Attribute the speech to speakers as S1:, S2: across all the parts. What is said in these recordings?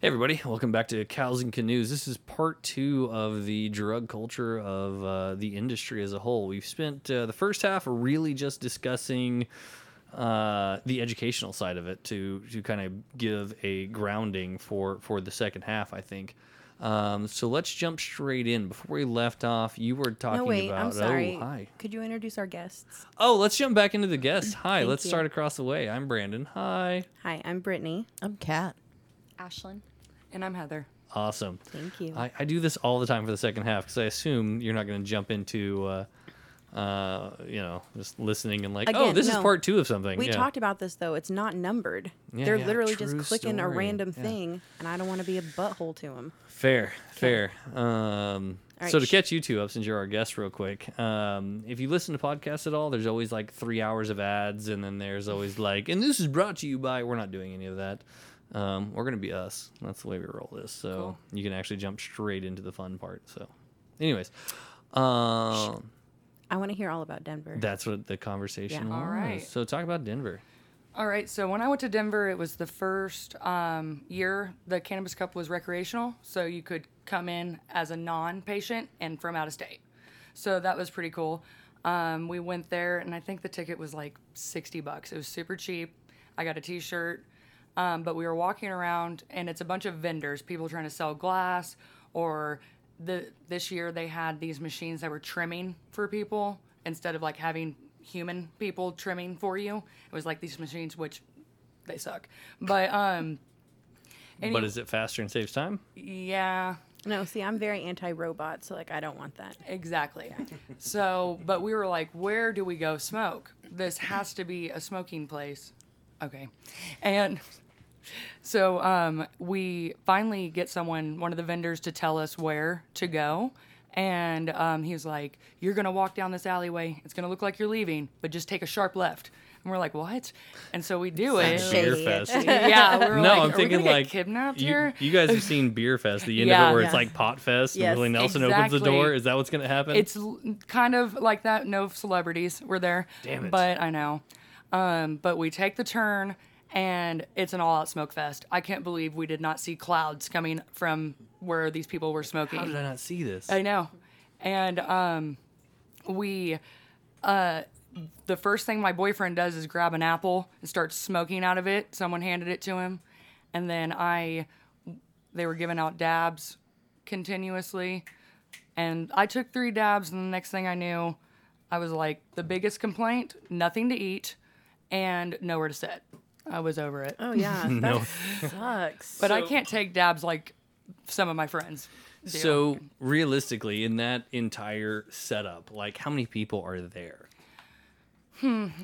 S1: Hey everybody, welcome back to Cows and Canoes. This is part two of the drug culture of uh, the industry as a whole. We've spent uh, the first half really just discussing uh, the educational side of it to to kind of give a grounding for for the second half. I think. Um, so let's jump straight in. Before we left off, you were talking
S2: No, wait,
S1: about
S2: I'm sorry.
S1: oh hi
S2: Could you introduce our guests?
S1: oh let's jump back into the guests. Hi,
S2: Thank
S1: let's
S2: you.
S1: start across the way. I'm Brandon. Hi,
S2: Hi, I'm Brittany.
S3: I'm Kat.
S4: Ashlyn.
S5: And I'm Heather.
S1: awesome.
S2: Thank you.
S1: I, I do this all the time for the second half because I assume you're not going to jump into, uh, uh, you know, just listening and like, oh,
S2: Again,
S1: this is
S2: no.
S1: part two of something.
S2: we
S1: yeah.
S2: talked about this though. It's not numbered.
S1: Yeah,
S2: They're
S1: yeah,
S2: literally just
S1: true
S2: clicking a
S1: story.
S2: random
S1: Yeah.
S2: thing, and I don't want to be a butthole to them.
S1: Fair, fair. Um,
S2: All right,
S1: so to
S2: sh-
S1: catch you two up, since you're our guest, real quick, um, if you listen to podcasts at all, there's always like three hours of ads, and then there's always like, and this is brought to you by. We're not doing any of that. Um, we're gonna be us. That's the way we roll this. So you can actually jump straight into the fun part. So, anyways, um,
S2: I want to hear all about Denver.
S1: That's what the conversation
S2: Yeah.
S1: was.
S5: All right.
S1: So talk about Denver.
S5: All right, so when I went to Denver, it was the first um, year the Cannabis Cup was recreational, so you could come in as a non patient and from out of state. So that was pretty cool. Um, we went there, and I think the ticket was like 60 bucks. It was super cheap. I got a t shirt, um, but we were walking around, and it's a bunch of vendors, people trying to sell glass, or the, this year they had these machines that were trimming for people instead of like having human people trimming for you. It was like these machines, which they suck. But um, Any-
S1: but is it faster and saves time?
S5: yeah,
S2: no, see, I'm very anti-robot, so like I don't want that.
S5: Exactly. So, but we were like, where do we go smoke? This has to be a smoking place. Okay. And so um, we finally get someone, one of the vendors, to tell us where to go. And um, he was like, You're going to walk down this alleyway. It's going to look like you're leaving, but just take a sharp left. And we're like, What? And so we do it.
S2: Sounds
S1: Beer
S2: Shady.
S1: fest.
S5: Yeah. We were
S1: no,
S5: like,
S1: I'm
S5: "Are we
S1: thinking
S5: gonna get
S1: like
S5: kidnapped
S1: you,
S5: here.
S1: you guys have seen Beer Fest, the end of
S5: Yeah.
S1: it where it's
S2: Yeah.
S1: like Pot Fest and
S2: Yes,
S1: Willie Nelson opens the
S5: exactly.
S1: door. Is that what's gonna happen?
S5: It's l- kind of like that. No celebrities were there.
S1: Damn it.
S5: But I know. Um, but we take the turn, and it's an all-out smoke fest. I can't believe we did not see clouds coming from where these people were smoking.
S1: how did I not see this?
S5: I know. And um, we, uh, the first thing my boyfriend does is grab an apple and starts smoking out of it. Someone handed it to him. And then I, they were giving out dabs continuously. And I took three dabs. And the next thing I knew, I was like, the biggest complaint nothing to eat and nowhere to sit. I was over it.
S2: Oh yeah, that
S1: No.
S2: sucks.
S5: But
S2: But
S5: I can't take dabs like some of my friends. do.
S1: so realistically, in that entire setup, like how many people are there?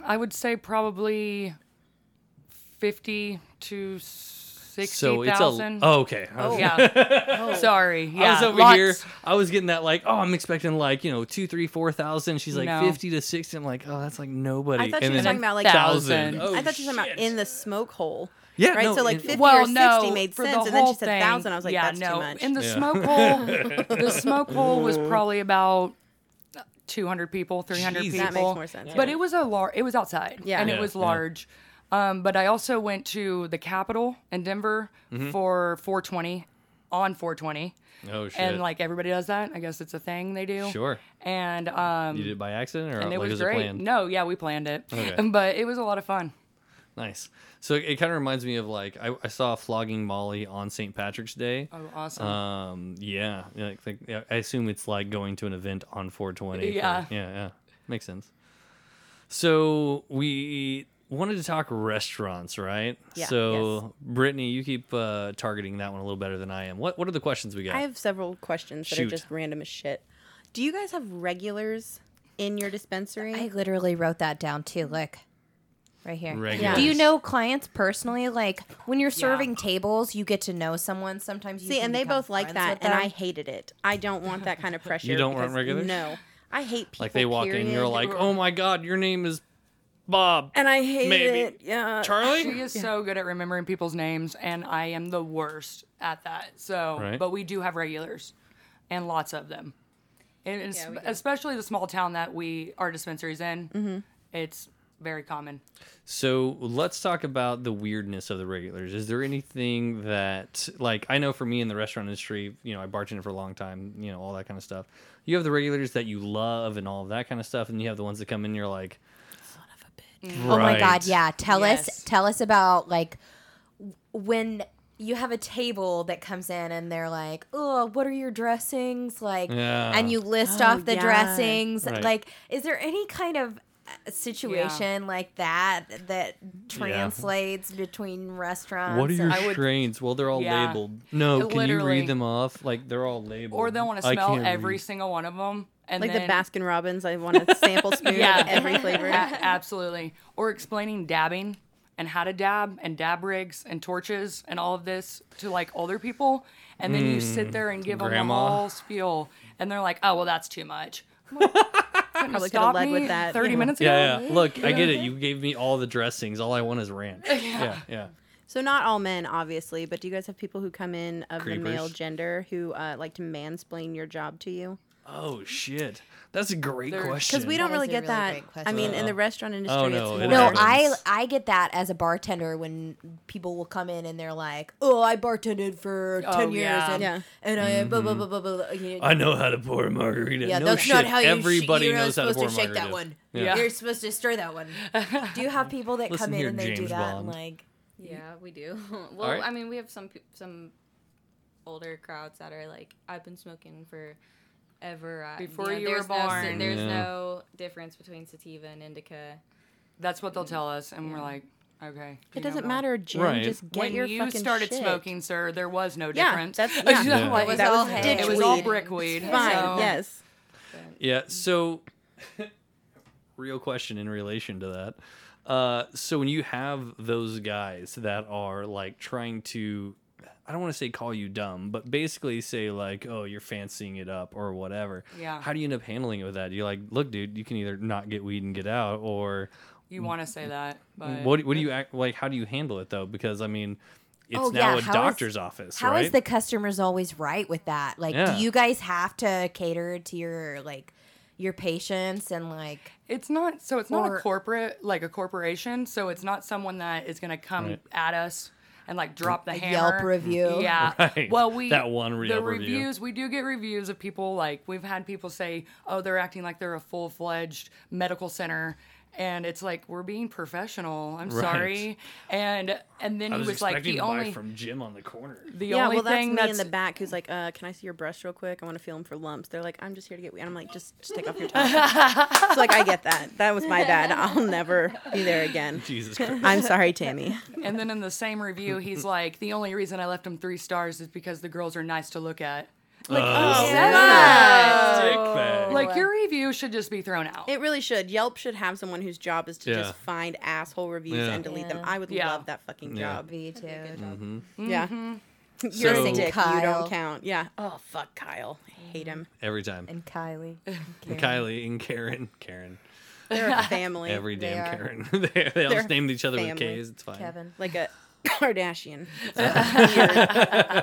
S5: I would say probably fifty to
S1: So
S5: sixty
S1: it's a
S5: thousand.
S1: oh, okay. I was-
S5: yeah. Sorry. Yeah.
S1: I was over
S5: lots.
S1: here. I was getting that like, oh, I'm expecting like you know two, three, four thousand. She's like
S5: No.
S1: fifty to sixty. I'm like, oh, that's like nobody.
S2: I thought
S1: And
S2: she
S1: then-
S2: was talking about like
S1: thousand. Oh,
S5: Thousand.
S2: I thought you were talking
S1: shit.
S2: about in the smoke hole.
S1: Yeah,
S2: Right.
S1: no,
S2: so like
S1: it-
S2: fifty or
S5: Well,
S2: sixty
S5: no,
S2: made
S5: for the
S2: sense, and then she
S5: whole
S2: said
S5: thing.
S2: thousand. I was like,
S5: yeah,
S2: that's
S5: no.
S2: too much.
S5: In the
S1: Yeah.
S5: smoke hole, the smoke hole was probably about two hundred people, three hundred
S1: Jeez.
S5: people.
S1: That
S2: makes more sense,
S5: But
S2: yeah.
S5: it was a lar- It was outside.
S2: Yeah.
S5: and
S1: Yeah,
S5: it was
S1: yeah.
S5: large. Um, but I also went to the Capitol in Denver
S1: Mm-hmm.
S5: for 420 on 420.
S1: Oh shit.
S5: and like everybody does that. I guess it's a thing they do.
S1: Sure.
S5: And um,
S1: You did it by accident, or
S5: and it
S1: like,
S5: was,
S1: it
S5: great.
S1: planned?
S5: No, yeah, we planned it,
S1: Okay.
S5: but it was a lot of fun.
S1: Nice. So it kind of reminds me of like I, I saw flogging Molly on St. Patrick's Day.
S5: Oh, awesome.
S1: Um, yeah, yeah, I think yeah, I assume it's like going to an event on 420. for-
S5: Yeah.
S1: yeah, yeah, makes sense. So we wanted to talk restaurants, right?
S2: Yeah,
S1: So Brittany, you keep uh, targeting that one a little better than I am. What What are the questions we got?
S2: I have several questions
S1: Oh.
S2: that
S1: Shoot.
S2: are just random as shit. Do you guys have regulars in your dispensary?
S3: I literally wrote that down too. Look, right here.
S1: Regulars.
S3: Do you know clients personally? Like when you're serving tables, you get to know someone. Sometimes you
S2: See,
S3: can
S2: and they
S3: become
S2: both like
S3: friends
S2: that,
S3: with
S2: and
S3: them.
S2: I hated it. I don't want that kind of pressure.
S1: don't want
S2: because-
S1: regulars?
S2: No, I hate people.
S1: like they walk in, you're
S2: period.
S1: like, oh my god, your name is Bob.
S5: Uh,
S2: and I hate
S1: maybe.
S2: it. Yeah,
S5: she
S1: Charlie.
S5: is so good at remembering people's names, and I am the worst at that. So,
S1: Right.
S5: but we do have regulars, and lots of them, and it's-
S2: we do. Mm-hmm.
S5: especially the small town that we our dispensaries in. It's very common.
S1: So let's talk about the weirdness of the regulars. Is there anything that, like, I know for me in the restaurant industry, you know, I bartended for a long time, you know, all that kind of stuff. You have the regulars that you love and all of that kind of stuff, and you have the ones that come in, you're like,
S3: Oh my
S1: "Right."
S3: god, yeah. Tell
S5: Yes.
S3: us tell us about like w- when you have a table that comes in and they're like, "Oh, what are your dressings?" like
S1: Yeah.
S3: and you list
S2: Oh,
S3: off the
S2: yeah.
S3: dressings.
S1: Right.
S3: Like is there any kind of uh, situation like that that translates between restaurants?
S1: What are your
S3: and-
S5: I would-
S1: strains? Well, they're all
S5: Yeah.
S1: labeled. No, can you
S5: Literally.
S1: read them off? Like they're all labeled.
S5: Or they want to
S1: I
S5: smell
S1: can't
S5: every
S1: read.
S5: single one of them. And
S2: Like
S5: then,
S2: the Baskin Robbins, I want a sample spoon
S5: Yeah.
S2: of every
S5: A-
S2: flavor.
S5: absolutely. Or explaining dabbing and how to dab and dab rigs and torches and all of this to like older people. And then you sit there and give them a
S1: Hmm. grandma.
S5: whole spiel. And they're like, oh, well, that's too much. I'm like,
S2: could've
S5: "Couldn't you stop
S2: led
S5: me
S2: with that."
S5: 30
S2: Yeah.
S5: minutes ago.
S1: Yeah, yeah. Look, I get it. You gave me all the dressings. All I want is ranch. yeah. yeah,
S2: So not all men, obviously, but do you guys have people who come in of the male
S1: Creepers.
S2: gender who uh, like to mansplain your job to you?
S1: Oh shit, that's a great
S5: They're- 'cause
S1: question.
S2: Because we don't
S3: That
S2: really
S3: is a
S2: get
S3: really
S2: that.
S3: great
S2: I mean, in
S1: question.
S2: the restaurant industry,
S1: Oh, no, it
S2: it's
S3: no,
S2: more.
S1: happens.
S3: I I get that as a bartender when people will come in and they're like, "Oh, I bartended for
S5: Oh,
S3: ten years
S5: yeah.
S3: and
S2: Yeah.
S3: and I blah blah blah blah blah." you know,
S1: Mm-hmm. I know how to pour a margarita.
S3: Yeah,
S1: no
S3: that's
S1: shit.
S3: not how you. sh-
S1: Everybody
S3: you're not
S1: knows how to
S3: supposed
S1: pour
S3: to shake
S1: margaritas.
S3: that one.
S1: Yeah.
S3: You're supposed to stir that one. Do you have people that
S1: Listen
S3: come in
S1: here,
S3: and they do
S1: James
S3: that?
S1: Bond.
S3: And like,
S4: Yeah, we do. well,
S1: right.
S4: I mean, we have some pe- some older crowds that are like, I've been smoking for ever. I-
S5: Before you
S4: there's
S5: were
S4: no,
S5: born.
S4: there's
S1: Yeah.
S4: no difference between sativa and indica.
S5: That's what they'll tell us. And we're like, okay. you
S2: It
S5: know
S2: doesn't
S5: what?
S2: matter, Jim.
S1: Right.
S2: Just get
S5: when
S2: your
S5: you
S2: fucking
S5: started
S2: shit.
S5: smoking, sir, there was no
S2: Yeah,
S5: difference.
S2: that's- yeah.
S5: You know,
S1: Yeah.
S5: like,
S3: was
S2: that
S3: all
S2: was
S3: hay.
S5: it was all
S2: ditchweed.
S5: brickweed.
S2: Fine.
S5: so-
S2: Yes.
S1: Yeah. So, real question in relation to that. Uh, so when you have those guys that are like trying to, I don't want to say call you dumb, but basically say like, oh, you're fancying it up or whatever.
S5: Yeah.
S1: How do you end up handling it with that? You're like, look, dude, you can either not get weed and get out, or
S5: You want to say that, but
S1: what? What do you act like? How do you handle it though? Because I mean, it's
S3: Oh,
S1: now
S3: yeah,
S1: a
S3: how is-
S1: doctor's office,
S3: how is
S1: right?
S3: the customers always right with that? Like,
S1: Yeah.
S3: do you guys have to cater to your like your patients and like?
S5: it's not so it's not
S3: Or-
S5: a corporate like a corporation, so it's not someone that is going to come
S1: Right.
S5: at us and like drop the
S3: A
S5: hammer.
S3: Yelp review.
S5: Yeah.
S1: Right.
S5: Well, we
S1: That one
S5: the
S1: Yelp review.
S5: reviews we do get reviews of people like we've had people say, "Oh, they're acting like they're a full-fledged medical center." And it's like we're being professional. I'm
S1: Right.
S5: sorry, and and then
S1: I
S5: he
S1: was,
S5: was like
S1: expecting
S5: the
S1: to buy
S5: only
S1: from Jim on the corner.
S5: the
S2: Yeah,
S5: only
S2: well, that's
S5: thing
S2: me
S5: that's
S2: in the back who's like, uh, "Can I see your brush real quick? I want to feel them for lumps." They're like, "I'm just here to get weed." And I'm like, "Just, just take off your top." so like, I get that. That was my bad. I'll never be there again.
S1: Jesus Christ.
S2: I'm sorry, Tammy.
S5: And then in the same review, he's like, the only reason I left him three stars is because the girls are nice to look at. Like, who says that?
S1: Dickbag.
S5: Like,
S2: uh,
S5: your review should just be thrown out.
S2: It really should. Yelp should have someone whose job is to
S1: Yeah.
S2: just find asshole reviews
S1: Yeah.
S2: and delete them.
S3: Yeah.
S2: I would
S5: Yeah.
S2: love that fucking
S1: Yeah.
S2: job.
S3: Me too.
S1: Mm.
S2: Yeah. You're
S1: So-
S2: a dick. You
S3: Kyle.
S2: don't count. Yeah. Oh fuck, Kyle. I hate him.
S1: Every time.
S3: And Kylie.
S1: And Kylie and Karen. Karen.
S2: They're a family.
S1: Every
S3: They
S1: damn
S3: are.
S1: Karen. they, they all
S2: They're
S1: just named each other with
S2: family.
S1: K's. It's fine.
S3: Kevin.
S2: like a Kardashian. Weird.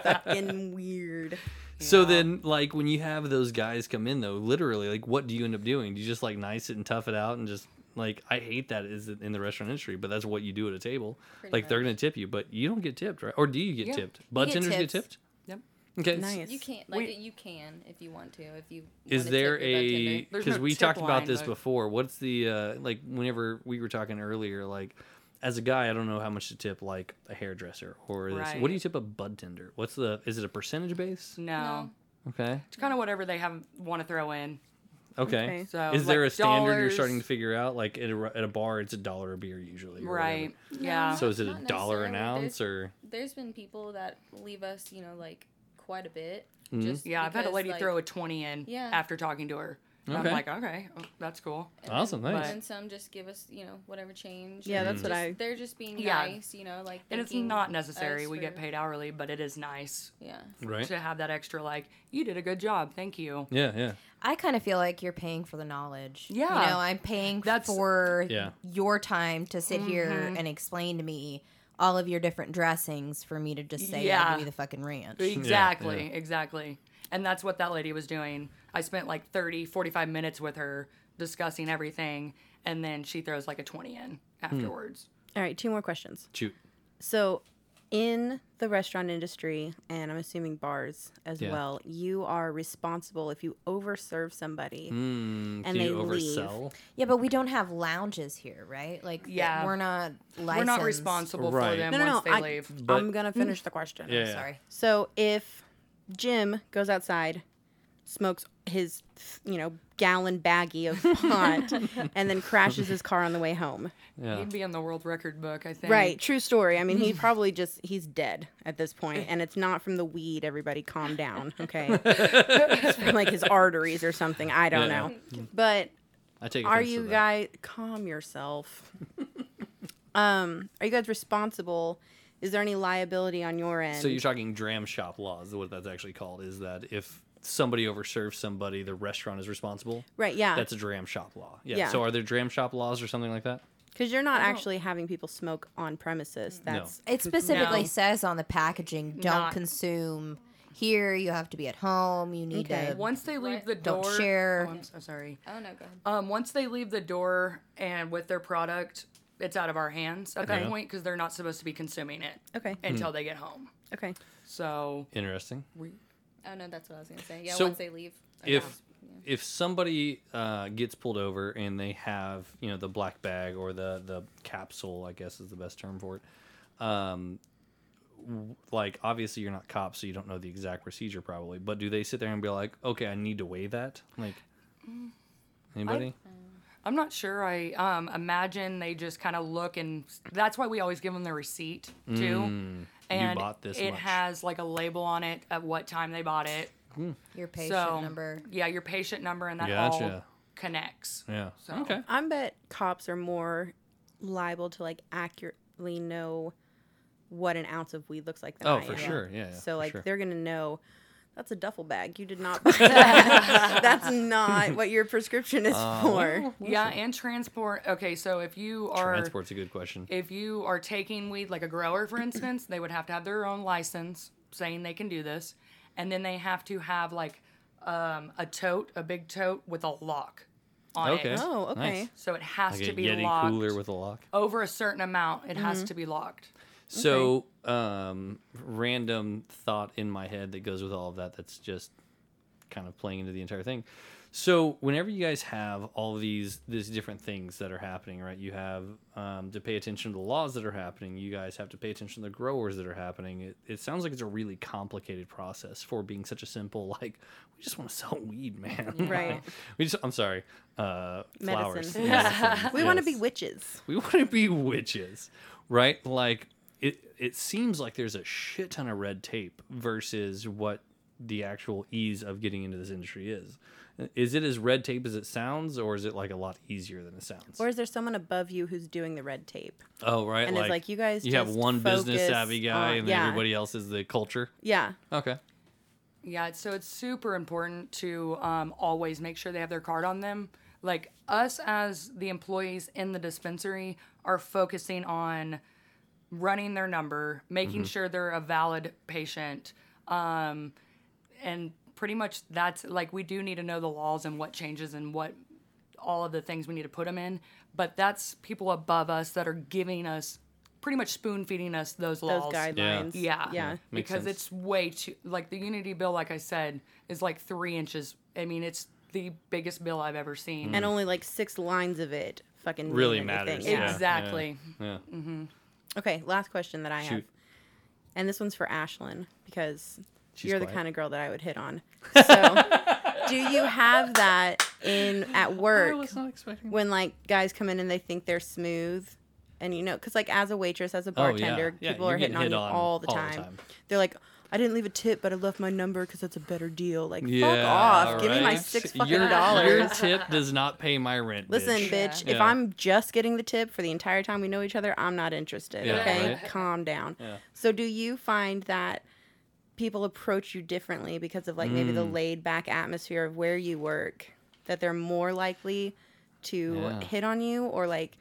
S2: fucking weird.
S1: So
S5: Yeah.
S1: then, like, when you have those guys come in, though, literally, like, what do you end up doing? Do you just, like, nice it and tough it out and just, like, I hate that is in the restaurant industry, but that's what you do at a table. like, they're going to tip you, but you don't get tipped, right? Or do you get
S5: Yeah.
S1: tipped? Butt
S3: get
S1: tenders get
S3: tips.
S1: tipped?
S5: Yep.
S1: Okay.
S2: Nice.
S4: You can't like
S5: We-
S4: you can if you want to if you.
S1: is
S4: wanna
S1: there
S4: tip your
S1: a
S4: bartender.
S5: There's
S1: because
S5: no
S1: we
S5: tip
S1: talked about
S5: line,
S1: this
S5: but-
S1: before what's the uh like whenever we were talking earlier like as a guy i don't know how much to tip like a hairdresser or this what do you
S5: Right.
S1: tip a bud tender what's the is it a percentage base
S5: no.
S4: No.
S1: okay
S5: It's kind of whatever they have want to throw in.
S1: okay,
S2: Okay.
S5: So,
S1: is there
S5: like,
S1: a standard you're
S5: dollars.
S1: starting to figure out like at a, at a bar it's a dollar a beer usually or whatever.
S5: Right. Yeah.
S1: so is it a
S4: Not
S1: dollar an
S4: necessarily.
S1: ounce or
S4: There's been people that leave us, you know, like quite a bit.
S1: Mm-hmm.
S4: Just
S5: yeah, I've had a
S4: because,
S5: lady
S4: like-
S5: throw a 20 in
S4: Yeah.
S5: after talking to her. And
S1: Okay.
S5: I'm like, okay, oh, that's cool.
S4: and then-
S1: awesome
S4: And
S1: nice
S4: then some just give us, you know, whatever change.
S2: Yeah,
S4: and
S2: that's what
S4: just-
S2: I-
S4: They're just being
S5: Yeah.
S4: nice, you know, like.
S5: And it's
S4: thanking
S5: not necessary.
S4: us
S5: We get
S4: for-
S5: paid hourly, but it is nice
S4: Yeah.
S1: right
S5: to have that extra, like, you did a good job. Thank you.
S1: yeah yeah
S3: I kind of feel like you're paying for the knowledge.
S5: Yeah.
S3: You know, I'm paying
S5: That's-
S3: for
S1: Yeah.
S3: your time to sit here and explain to me all of your different dressings for me to just say, yeah,
S5: Yeah.
S3: give me the fucking ranch.
S5: Exactly, exactly. And that's what that lady was doing. I spent like 30, 45 minutes with her discussing everything, and then she throws like a twenty in
S1: Hmm.
S5: afterwards.
S2: All right, two more questions.
S1: Shoot.
S2: So, in the restaurant industry, and I'm assuming bars as
S1: Yeah.
S2: well, you are responsible if you overserve somebody
S1: Mm,
S2: And
S1: can you
S2: they leave.
S1: oversell?
S3: Yeah, but we don't have lounges here, right? Like,
S5: Yeah.
S3: we're not licensed.
S5: We're not responsible
S1: Right.
S5: for them
S2: No, no,
S5: once
S2: no.
S5: they
S2: I,
S5: leave.
S1: But-
S2: I'm gonna finish the question.
S1: Yeah.
S3: Sorry.
S2: So if Jim goes outside, smokes his, you know, gallon baggie of pot, and then crashes his car on the way home.
S1: Yeah.
S5: He'd be in the world record book, I think.
S2: Right. True story. I mean, he probably just he's dead at this point, and it's not from the weed. Everybody, calm down. Okay. it's from like his arteries or something. I don't
S1: Yeah.
S2: know. But
S1: I take.
S2: are
S1: offense to
S2: you
S1: that.
S2: guys calm yourself um are you guys responsible is there any liability on your end
S1: So you're talking dram shop laws. What that's actually called is that if somebody overserves somebody, the restaurant is responsible.
S2: right yeah
S1: That's a dram shop law. Yeah.
S2: Yeah.
S1: So are there dram shop laws or something like that?
S2: because you're
S1: Oh.
S2: not actually having people smoke on premises that's
S3: It specifically
S5: No.
S3: says on the packaging, don't
S5: Not-
S3: consume here. You have to be at home. You need
S2: Okay.
S3: to.
S5: Once they leave the door,
S3: Don't share.
S5: Oh, I'm so sorry.
S4: Oh no, go ahead.
S5: Um, once they leave the door and with their product, it's out of our hands at that
S1: Okay.
S5: point because they're not supposed to be consuming it
S2: okay
S1: Hmm.
S5: until they get home.
S2: okay
S5: So
S1: Interesting.
S4: Oh no, that's what I was gonna say. Yeah,
S1: So,
S4: once they leave.
S1: if if somebody uh, gets pulled over and they have you know the black bag or the the capsule, I guess is the best term for it. Um, w- like obviously you're not cops, so you don't know the exact procedure probably. But do they sit there and be like, okay, I need to weigh that? Like anybody?
S5: I'm not sure. I um, imagine they just kind of look and that's why we always give them the receipt too. and
S1: Hmm. bought this
S5: it
S1: much.
S5: has like a label on it at what time they bought it.
S3: Your patient
S5: so
S3: number.
S5: yeah, your patient number and that all
S1: Gotcha.
S5: connects.
S1: yeah.
S5: So-
S1: Okay.
S2: i bet cops are more liable to like accurately know what an ounce of weed looks like than
S1: Oh,
S2: I
S1: for
S2: am.
S1: sure. Yeah. yeah,
S2: so
S1: for
S2: like
S1: sure.
S2: they're gonna know that's a duffel bag you did not buy that. that's not what your prescription is
S1: Uh-huh.
S2: for
S5: Yeah, and transport. Okay, so if you are
S1: transport's a good question.
S5: if you are taking weed, like a grower, for instance, they would have to have their own license saying they can do this, and then they have to have like um, a tote, a big tote with a lock on
S1: Okay.
S5: it.
S2: oh okay
S1: Nice.
S5: So it has
S1: Like
S5: to
S1: a
S5: be
S1: Yeti
S5: locked
S1: cooler with a lock.
S5: over a certain amount. It has to be locked.
S1: So, um, random thought in my head that goes with all of that that's just kind of playing into the entire thing. So, whenever you guys have all these these different things that are happening, right? You have um, to pay attention to the laws that are happening. You guys have to pay attention to the growers that are happening. It, it sounds like it's a really complicated process for being such a simple like we just want to sell weed, man.
S2: Right.
S1: we just I'm sorry. Uh, flowers.
S2: Medicine.
S1: Medicine.
S2: We want to
S1: Yes.
S2: be witches.
S1: We want to be witches, right? Like it it seems like there's a shit ton of red tape versus what the actual ease of getting into this industry is. Is it as red tape as it sounds or is it like a lot easier than it sounds?
S2: Or is there someone above you who's doing the red tape?
S1: oh, right.
S2: and it's like, you guys
S1: you have
S2: just
S1: one business
S2: focus
S1: savvy guy
S2: on-
S1: and
S2: yeah.
S1: everybody else is the culture.
S2: Yeah.
S1: Okay.
S5: Yeah, it's- so it's super important to um, always make sure they have their card on them. Like us as the employees in the dispensary are focusing on running their number, making sure they're a valid patient, um, and pretty much that's like we do need to know the laws and what changes and what all of the things we need to put them in. But that's people above us that are giving us pretty much spoon feeding us those
S2: Those
S5: laws.
S2: guidelines.
S5: Yeah.
S2: Yeah.
S1: makes
S5: because
S1: sense.
S5: it's way too like the Unity bill, like I said, is like three inches. I mean, it's the biggest bill I've ever seen.
S2: And only like six lines of it fucking mean
S1: Hmm. Really
S2: anything.
S1: matters,
S2: Yeah.
S1: yeah.
S5: exactly.
S1: Yeah.
S2: Okay. Last question that I have.
S1: Shoot.
S2: And this one's for Ashlyn because
S1: She's
S2: you're the
S1: quiet.
S2: kind of girl that I would hit on. So do you have that in at work
S1: not expecting
S2: when like guys come in and they think they're smooth? And you know, because like as a waitress, as a bartender,
S1: Oh, Yeah,
S2: people
S1: you're
S2: are hitting
S1: getting
S2: on
S1: hit on
S2: you all, the,
S1: all the
S2: time.
S1: time.
S2: They're like, I didn't leave a tip, but I left my number because that's a better deal. Like, fuck
S1: Yeah,
S2: off. Give me my
S1: right?
S2: six fucking
S1: your,
S2: dollars.
S1: Your tip does not pay my rent.
S2: Listen,
S1: bitch.
S2: bitch, if
S1: Yeah.
S2: I'm just getting the tip for the entire time we know each other, I'm not interested.
S1: Yeah,
S2: okay?
S1: right.
S2: Calm down. So, do you find that people approach you differently because of like maybe
S1: Mm.
S2: the laid back atmosphere of where you work, that they're more likely to
S1: Yeah.
S2: hit on you or like,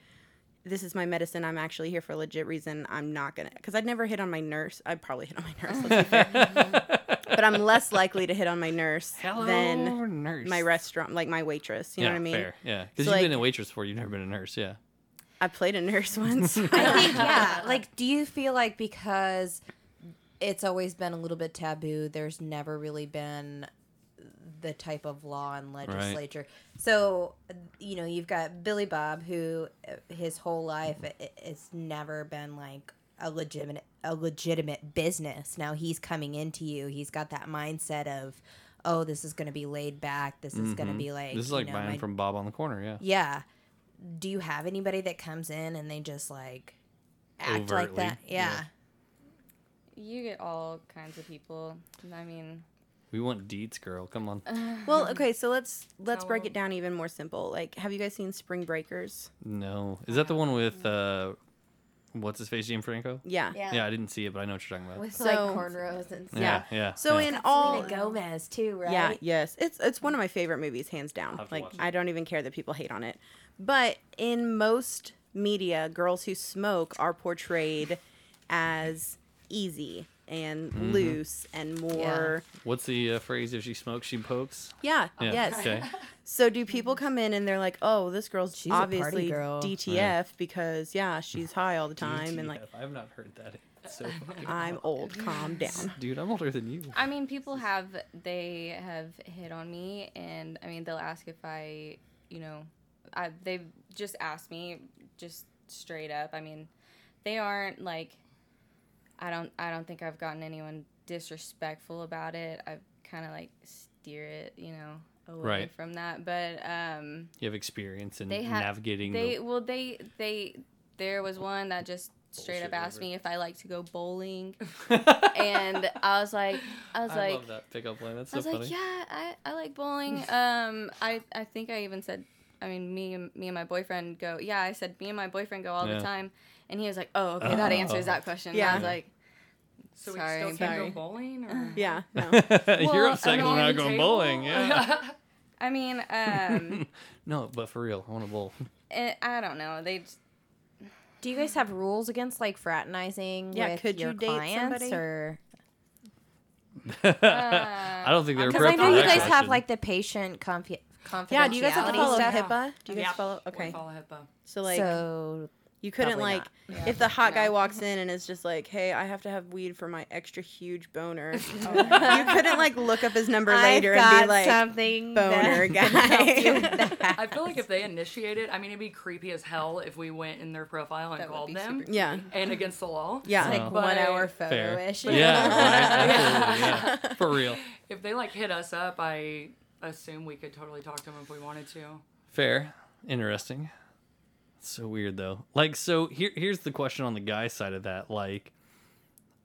S2: this is my medicine. I'm actually here for a legit reason. I'm not gonna, because I'd never hit on my nurse. I'd probably hit on my nurse. Let's be fair. but I'm less likely to hit on my nurse
S1: Hello,
S2: than
S1: nurse.
S2: my restaurant, like my waitress. You
S1: yeah,
S2: know what I mean?
S1: Fair. Yeah, because
S2: So,
S1: you've
S2: like-
S1: been a waitress before. You've never been a nurse. Yeah.
S2: I played a nurse once.
S3: I think, yeah. Like, do you feel like because it's always been a little bit taboo, there's never really been the type of law and legislature. So, you know, you've got Billy Bob, who uh, his whole life i- i- it's never been like a legitimate a legitimate business. Now he's coming into you. He's got that mindset of, oh, this is going to be laid back. This is going to be like
S1: Mm-hmm. this is
S3: you
S1: like
S3: know,
S1: buying
S3: my-
S1: from Bob on the corner. Yeah.
S3: yeah. Do you have anybody that comes in and they just like act like
S1: Overtly,
S3: that? Yeah.
S1: yeah.
S4: You get all kinds of people. I mean,
S1: We want deets, girl. Come on.
S2: well, okay, so let's let's break
S4: Hello.
S2: it down even more simple. Like, have you guys seen Spring Breakers?
S1: No, is that the one with uh, what's his face, Jim Franco?
S2: Yeah.
S1: Yeah, I didn't see it, but I know what you're talking about.
S3: With
S2: So-
S3: like cornrows and stuff.
S1: yeah, yeah.
S2: So
S1: yeah.
S2: in all,
S3: Selena Gomez too, right?
S2: yeah, yes, it's it's one of my favorite movies, hands down.
S1: have to
S2: Like,
S1: watch it.
S2: I don't even care that people hate on it. But in most media, girls who smoke are portrayed as easy and
S1: Mm-hmm.
S2: loose and more.
S1: what's the uh, phrase? If she smokes, she pokes.
S2: Yeah.
S1: Yeah.
S2: Yes.
S1: Okay.
S2: So do people come in and they're like, "Oh, this girl's
S3: Mm-hmm. She's a party
S2: obviously
S3: girl."
S2: DTF because yeah, she's high all the time and like
S1: DTF. I've not heard that. It's so fucking
S2: I'm old, calm down."
S1: Dude, I'm older than you.
S4: I mean, people have they have hit on me, and I mean, they'll ask if I, you know, I, they've just asked me just straight up. I mean, they aren't like, I don't, I don't think I've gotten anyone disrespectful about it. I kind of like steer it, you know, away
S1: Right.
S4: from that. But um,
S1: You have experience in
S4: They ha-
S1: navigating.
S4: they
S1: the,
S4: well, they they there was one that just straight
S1: Bullshit
S4: up asked
S1: river.
S4: me if I like to go bowling,
S1: I
S4: and I was like, I was like.
S1: love that pickup line. That's
S4: I
S1: so
S4: was
S1: funny.
S4: like, yeah, I, I like bowling. Um, I, I think I even said, I mean, me and me and my boyfriend go. Yeah, I said me and my boyfriend go all
S1: Yeah.
S4: the time, and he was like, oh, okay, that answers
S1: Oh.
S4: that question. I
S2: Yeah.
S4: was like,
S5: So
S4: Sorry,
S5: we still can't
S2: sorry.
S5: go bowling? Or?
S2: Yeah. No.
S1: You're
S4: Well,
S1: upset 'cause we're
S5: around
S1: not
S5: the
S1: going
S5: table?
S1: bowling. Yeah.
S4: I mean, um,
S1: no, but for real, I want to bowl.
S4: eh, I don't know. They, just-
S3: Do you guys have rules against like fraternizing
S2: Yeah,
S3: with
S2: could
S3: your
S2: you date
S3: clients
S2: somebody?
S3: or
S1: Uh, I don't think they're
S3: because I
S1: prepped
S3: know
S1: for
S3: you
S1: that
S3: guys have
S1: question.
S3: like the patient confi- confidentiality
S2: Yeah. Do you guys have to follow
S3: stuff.
S2: HIPAA? Do you guys
S5: Yeah.
S2: follow?
S5: We
S2: Okay.
S5: follow HIPAA.
S2: So like
S3: so
S2: you couldn't
S3: probably
S2: like
S4: not.
S2: if the hot guy
S4: No.
S2: walks in and is just like, "Hey, I have to have weed for my extra huge boner." you couldn't like look up his number later
S3: I've got
S2: and be like,
S3: something
S2: "Boner
S3: that-
S2: guy."
S3: do that.
S5: I feel like if they initiate it, I mean, it'd be creepy as hell if we went in their profile and
S4: That would
S5: called
S4: be
S5: them
S4: super-
S2: yeah.
S5: and against the law.
S2: Yeah.
S3: like
S1: Oh.
S3: one hour
S5: Fair.
S3: photo ish.
S1: Yeah, right? Absolutely, yeah. For real.
S5: If they like hit us up, I assume we could totally talk to them if we wanted to.
S1: Fair. Interesting. So weird though. Like so here here's the question on the guy side of that. Like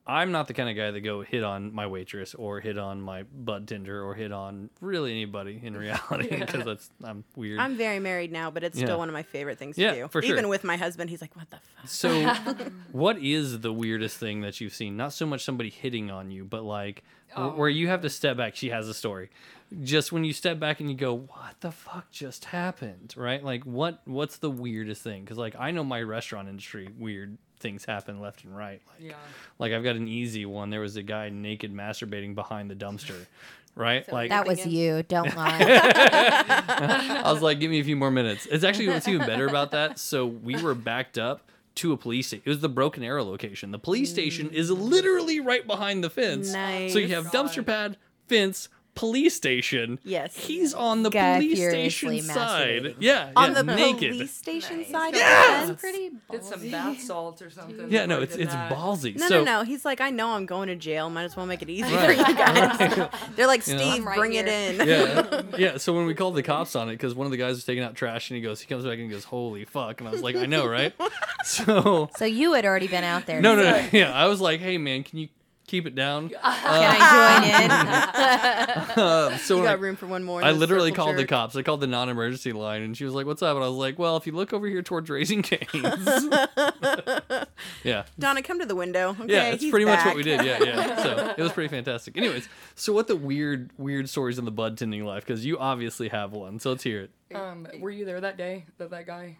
S1: I'm not the kind of guy that go hit on my waitress or hit on my bud tender or hit on really anybody in reality because that's I'm weird.
S2: I'm very married now, but it's
S1: Yeah.
S2: still one of my favorite things
S1: Yeah,
S2: to do.
S1: for sure.
S2: Even with my husband, he's like, "What the fuck?"
S1: so what is the weirdest thing that you've seen? Not so much somebody hitting on you, but like w- where you have to step back, she has a story. Just when you step back and you go, "What the fuck just happened?" right? Like what what's the weirdest thing? Cuz like I know my restaurant industry, weird things happen left and right. Like
S5: Yeah.
S1: like I've got an easy one. There was a guy naked masturbating behind the dumpster, right? like
S3: That was you. Don't lie.
S1: I was like, give me a few more minutes. It's actually what's even better about that. So we were backed up to a police station. It was the Broken Arrow location. The police station is
S2: Mm.
S1: literally right behind the fence. So you have dumpster pad, fence, police station.
S2: Yes.
S1: He's on the
S3: Guy
S1: police
S3: furiously
S1: station side.
S3: masturbating.
S1: Yeah.
S2: On
S1: yeah,
S2: the
S1: naked.
S2: police station
S4: Nice.
S2: side,
S1: Yeah!
S2: of the
S4: that's
S2: fence?
S4: pretty.
S5: Did some
S4: ballsy.
S5: bath salts or something.
S1: Yeah, no,
S5: before
S1: it's
S5: we did
S1: it's
S5: that.
S1: ballsy.
S2: No,
S1: so
S2: no, no. He's like, I know I'm going to jail. Might as well make it easy for you guys. They're like,
S1: You know?
S2: Steve,
S4: I'm right
S2: bring
S4: here."
S2: it in.
S1: yeah, yeah. So when we called the cops on it, because one of the guys was taking out trash, and he goes, he comes back and he goes, "Holy fuck!" And I was like, "I know, right?" So
S3: so you had already been out there.
S1: no, no, no. Yeah, I was like, "Hey, man, can you keep it down?"
S2: uh,
S3: Can I join in?
S1: Uh, so
S2: You
S1: when I-
S2: got room for one more. in
S1: I
S2: this
S1: literally
S2: circle
S1: called the
S2: jerk?
S1: cops. I called the non-emergency line, and she was like, "What's up?" And I was like, "Well, if you look over here towards Raising Canes, yeah,
S2: Donna, come to the window. Okay,
S1: yeah, it's
S2: he's
S1: pretty much
S2: back.
S1: what we did. Yeah, yeah. So it was pretty fantastic. Anyways, so what the weird, weird stories in the bud tending life? Because you obviously have one, so let's hear it.
S5: Um, were you there that day that that guy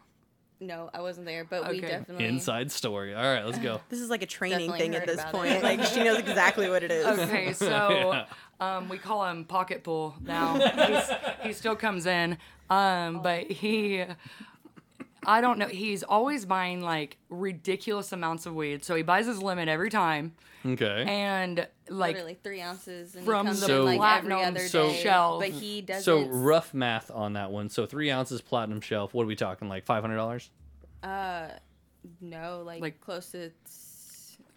S4: no, I wasn't there, but we
S5: Okay.
S4: definitely
S1: Inside story. All right, let's go.
S2: This is like a training
S4: Definitely
S2: thing at
S4: heard
S2: this
S4: about
S2: point.
S4: it.
S2: Like she knows exactly what it is.
S5: Okay, so um, we call him Pocket Pool now. He's, he still comes in, um, but he, I don't know, he's always buying like ridiculous amounts of weed. So he buys his limit every time,
S1: Okay.
S5: and like
S4: literally three ounces and
S5: from
S4: from comes
S5: the
S4: in like every
S5: platinum
S4: other
S1: so-
S4: day.
S5: shelf.
S4: But he doesn't.
S1: So rough math on that one. So three ounces platinum shelf. What are we talking? Like five hundred dollars?
S4: uh, no, like,
S5: Like-
S4: close to.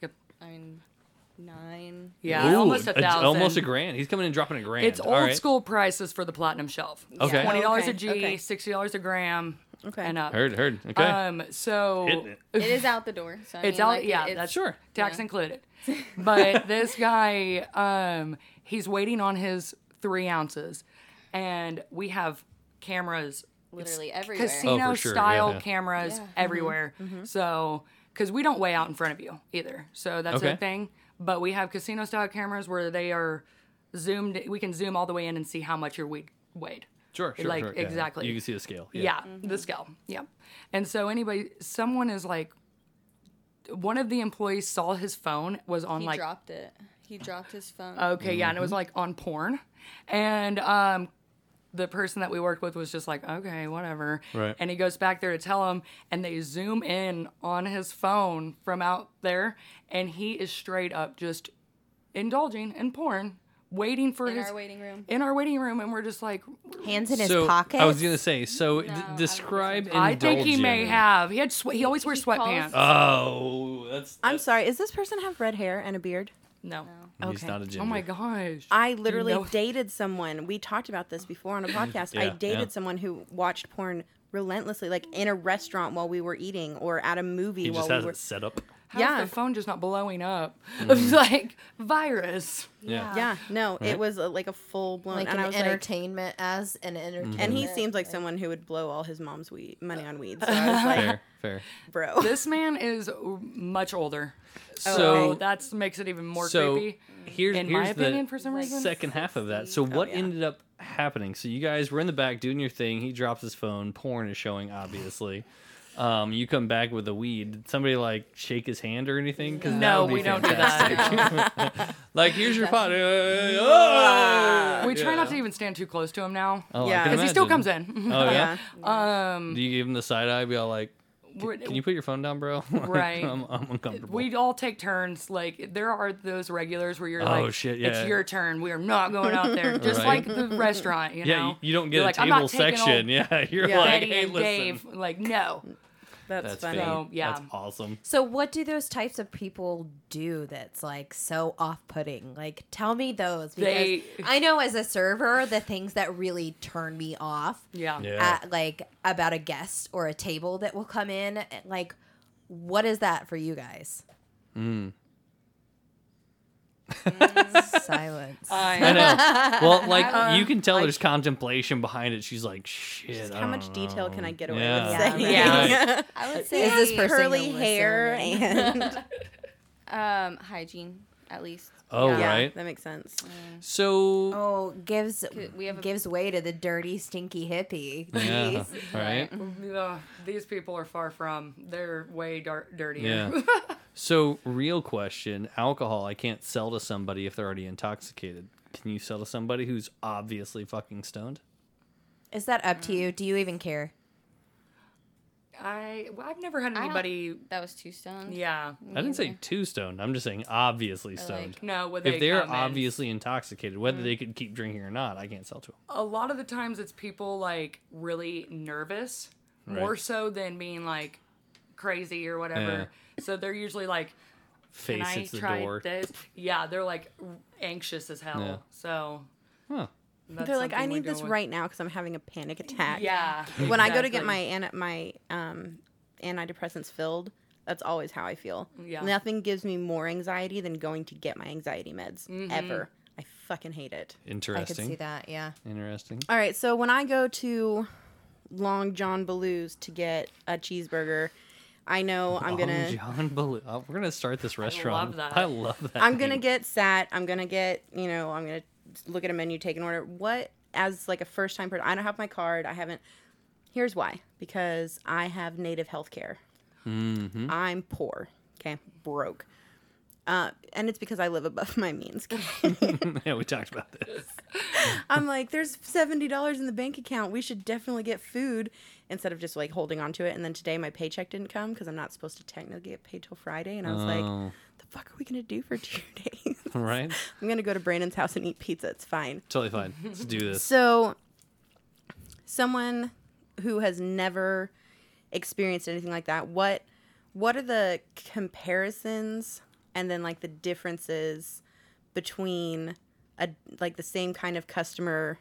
S5: Yep.
S4: I mean, nine.
S5: yeah, almost a thousand.
S1: Almost a grand. He's coming in dropping a grand.
S5: It's old
S1: All right.
S5: school prices for the platinum shelf.
S1: Okay.
S5: Twenty dollars
S2: Okay,
S5: a G,
S2: okay.
S5: sixty dollars a gram,
S2: Okay.
S5: and up.
S1: Heard, heard. Okay.
S5: Um, so
S1: Hitting it.
S4: It is out the door. So I
S5: It's
S4: mean,
S5: out,
S4: like, it-
S5: yeah.
S4: it's-
S5: that's
S1: Sure.
S5: tax included. But this guy, um, he's waiting on his three ounces, and we have cameras,
S4: Literally everywhere.
S5: casino
S1: Oh, sure, yeah,
S5: style
S1: yeah.
S5: cameras
S4: Yeah. Mhm,
S5: everywhere. So, because we don't weigh out in front of you either, so that's
S1: Okay.
S5: a thing. But we have casino style cameras where they are zoomed. We can zoom all the way in and see how much your weed weighed.
S1: sure, sure,
S5: like,
S1: sure, yeah.
S5: exactly.
S1: You can see the scale.
S5: Yeah,
S4: Mm-hmm.
S5: the scale. Yeah. And so anybody, someone is like, one of the employees saw his phone was on
S4: he
S5: like,
S4: dropped it. He dropped his phone.
S5: okay, yeah, and it was
S1: Mm-hmm.
S5: like on porn, and um, the person that we worked with was just like, okay, whatever.
S1: Right.
S5: And he goes back there to tell him, and they zoom in on his phone from out there, and he is straight up just indulging in porn, waiting for
S4: in
S5: his.
S4: our waiting room.
S5: in our waiting room, and we're just like,
S3: Hands in his
S1: so
S3: pocket.
S1: I was gonna say. So d-
S4: I don't think
S1: describe.
S4: so.
S5: I think he may
S1: indulging.
S5: have. He had swe- He always wears
S4: He calls-
S5: sweatpants.
S1: Oh, that's.
S2: I'm sorry. Does this person have red hair and a beard?
S5: no.
S1: He's
S2: Okay.
S1: not a ginger.
S5: Oh my gosh.
S2: I literally
S5: know-
S2: dated someone. We talked about this before on a podcast. I
S1: Yeah,
S2: dated
S1: yeah.
S2: someone who watched porn relentlessly, like in a restaurant while we were eating or at a movie
S1: He
S2: while
S1: just
S2: we
S1: has
S2: were.
S1: it set up.
S5: How's
S2: yeah.
S5: the phone just not blowing up?
S1: Mm-hmm.
S5: like virus.
S1: Yeah.
S2: Yeah, no, it was a, like a full blown.
S3: like
S2: and I
S3: an
S2: was like,
S3: entertainment as an
S1: Mm-hmm.
S3: entertainment.
S2: and he seems like someone who would blow all his mom's weed money on weed. So I was like,
S1: Fair, fair.
S5: Oh,
S2: bro,
S5: This man is much older.
S1: So-
S5: So that makes it even more
S1: so
S5: creepy.
S1: here's
S5: In
S1: here's
S5: my opinion,
S1: the
S5: for some reason.
S1: second half of that. So what ended up happening? So you guys were in the back doing your thing. He drops his phone. Porn is showing, obviously. Um, you come back with a weed. Did somebody like shake his hand or anything? 'Cause that
S5: No,
S1: would be
S5: we don't do
S1: fantastic. like here's your pot. Uh, oh!
S5: we try
S1: Yeah.
S5: not to even stand too close to him now.
S1: Oh, I
S2: Yeah.
S1: can
S5: Because he still comes
S1: imagine.
S5: in.
S1: Oh yeah.
S2: yeah.
S5: um
S1: Do you give him the side eye? Be all like,
S5: we're-
S1: "Can you put your phone down, bro?" Like,
S5: Right.
S1: I'm, I'm uncomfortable.
S5: we all take turns. Like there are those regulars where you're
S1: Oh,
S5: like,
S1: shit, yeah.
S5: "It's your turn. We are not going out there." Just
S1: Right.
S5: like the restaurant, you
S1: yeah,
S5: know.
S1: you, you don't get
S5: You're
S1: a
S5: like, "I'm
S1: table
S5: not taking old
S1: section. Yeah, you're
S2: Yeah.
S1: like,
S5: Betty
S1: "Hey,
S5: and
S1: listen."
S5: Dave, like no.
S2: that's,
S1: That's
S2: funny.
S1: funny.
S5: So, yeah.
S1: That's awesome.
S3: So what do those types of people do that's like so off-putting? Like tell me those because
S5: They-
S3: I know as a server the things that really turn me off
S5: Yeah.
S1: Yeah.
S3: at like about a guest or a table that will come in eh, like what is that for you guys? Mm. Silence.
S1: I
S5: I,
S1: know. Well, like you can tell there's contemplation behind it. She's like, shit. I
S2: How
S1: don't
S2: much detail can I get away
S1: Yeah.
S2: with
S3: Yeah,
S2: saying?
S5: right.
S1: Yeah.
S4: I would say
S3: Is this person
S2: curly
S3: gonna
S2: hair
S3: listen?
S2: and
S4: um hygiene at least.
S1: Oh
S2: yeah,
S1: right.
S2: that makes sense.
S1: So
S3: Oh, gives
S4: we have a-
S3: gives way to the dirty, stinky hippie.
S1: yeah,
S3: Jeez.
S1: right.
S5: Ugh, these people are far from. They're way dar- dirtier.
S1: Yeah. So real question: alcohol. I can't sell to somebody if they're already intoxicated. Can you sell to somebody who's obviously fucking stoned?
S3: Is that up
S1: Mm.
S3: to you? Do you even care?
S5: I well, I've never had
S4: don't-
S5: anybody.
S4: That was too stoned.
S5: Yeah.
S1: I didn't say too stoned. I'm just saying obviously stoned.
S5: No. When they
S1: if they're
S5: come in.
S1: obviously intoxicated, whether
S2: Mm.
S1: they could keep drinking or not, I can't sell to them.
S5: a lot of the times it's people like really nervous,
S1: Right.
S5: more so than being like crazy or whatever. So they're usually like, "Can
S1: Face hits
S5: I
S1: the
S5: try
S1: door.
S5: this?" Yeah, they're like anxious as hell.
S1: Yeah.
S5: So
S1: Huh.
S5: that's
S2: They're like, I
S5: something we
S2: need
S5: go
S2: this
S5: with.
S2: right now because I'm having a panic attack.
S5: Yeah.
S2: When I go to get
S5: exactly.
S2: my ana- my um, antidepressants filled, that's always how I feel.
S5: Yeah.
S2: Nothing gives me more anxiety than going to get my anxiety meds ever. I fucking hate it.
S3: I could
S1: Interesting.
S3: see that. Yeah.
S1: Interesting.
S2: All right, so when I go to Long John Baloo's to get a cheeseburger, I know I'm gonna
S1: Long John Baloo. Oh, we're gonna start this restaurant. I love that.
S5: that.
S1: I love that.
S2: I'm gonna
S1: name.
S2: get sat. I'm gonna get you know. I'm gonna look at a menu, take an order. What as like a first time person? I don't have my card. I haven't. Here's why because I have native health care. I'm poor, okay, broke. Uh, and it's because I live above my means.
S1: yeah, we talked about this.
S2: I'm like, there's seventy dollars in the bank account. We should definitely get food instead of just like holding on to it. And then today my paycheck didn't come because I'm not supposed to technically get paid till Friday. And I was like, the fuck are we gonna do for two days?
S1: Right?
S2: I'm gonna go to Brandon's house and eat pizza. It's fine.
S1: Totally fine. Let's do this.
S2: So, someone who has never experienced anything like that, what what are the comparisons and then like the differences between a like the same kind of customer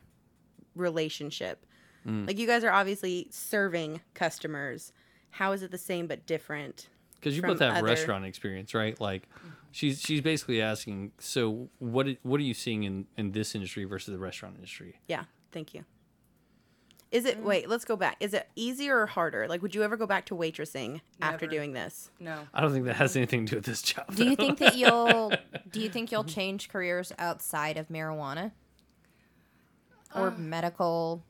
S2: relationship? Like you guys are obviously serving customers. How is it the same but different?
S1: Because you
S2: from
S1: both have
S2: other-
S1: restaurant experience, right? Like, she's she's basically asking, so what i- what are you seeing in in this industry versus the restaurant industry?
S2: Yeah, thank you. Is it wait, let's go back. Is it easier or harder? Like would you ever go back to waitressing after
S5: Never.
S2: doing this?
S5: No.
S1: I don't think that has anything to do with this job.
S3: Do you
S1: though.
S3: think that you'll do you think you'll change careers outside of marijuana or medical?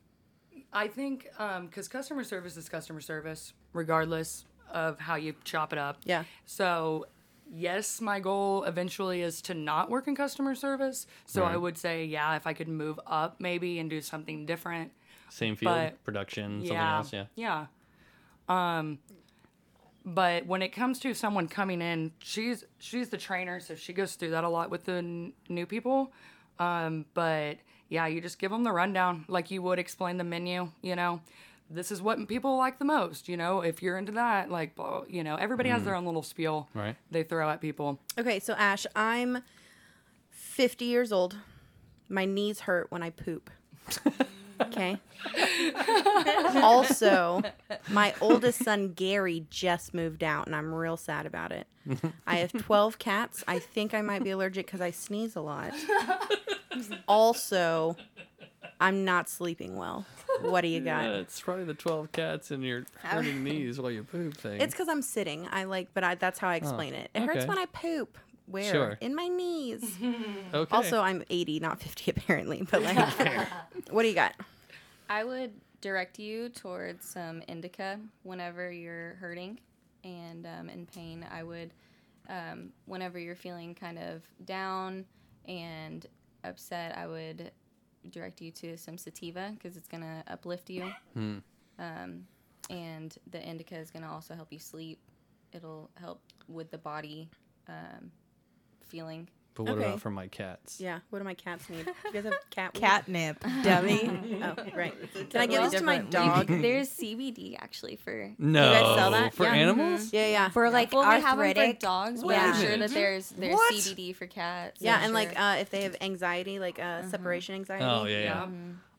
S5: I think because customer service is customer service, regardless of how you chop it up.
S2: Yeah.
S5: So, yes, my goal eventually is to not work in customer service. So I
S1: Right.
S5: would say, yeah, if I could move up maybe and do something different.
S1: Same field,
S5: but-
S1: production, something
S5: yeah.
S1: else, yeah.
S5: Yeah. Um, but when it comes to someone coming in, she's she's the trainer, so she goes through that a lot with the n- new people. Um, but yeah, you just give them the rundown, like you would explain the menu. You know, this is what people like the most. You know, if you're into that, like, blah, you know, everybody has their own little spiel
S1: Mm-hmm. Right.
S5: they throw at people.
S2: Okay, so Ash, I'm 50 years old. My knees hurt when I poop. Okay. also, my oldest son Gary just moved out and I'm real sad about it. I have 12 cats. I think I might be allergic cuz I sneeze a lot. Also, I'm not sleeping well. What do you got?
S1: Yeah, it's probably the twelve cats and your hurting knees while you poop thing.
S2: It's because I'm sitting. I like, but I, that's how I explain it. It hurts
S1: okay.
S2: when I poop. Where?
S1: Sure.
S2: In my knees.
S1: okay.
S2: Also, I'm 80, not 50 apparently, but like, what do you got?
S4: I would direct you towards some indica whenever you're hurting and um, in pain. I would, um, whenever you're feeling kind of down and upset, I would direct you to some sativa because it's going to uplift you. Um, and the indica is going to also help you sleep. It'll help with the body um, feeling.
S1: but what
S2: okay.
S1: about from my cats?
S2: Yeah, what do my cats need? Do you guys have cat?
S3: Catnip, dummy.
S2: Oh, right. Can I give
S4: totally
S2: this to my
S3: different-
S2: dog?
S4: There's CBD actually for
S1: No.
S2: guys sell that?
S1: For
S2: Yeah.
S1: animals?
S2: Yeah, yeah.
S3: For like
S4: well,
S3: arthritic.
S4: we have them for dogs. But
S2: Yeah.
S4: I'm sure
S1: What?
S4: that there's there's
S1: What?
S4: CBD for cats.
S2: yeah,
S4: I'm
S2: and like
S4: sure.
S2: uh, if they have anxiety, like uh, separation anxiety.
S1: Oh yeah, yeah.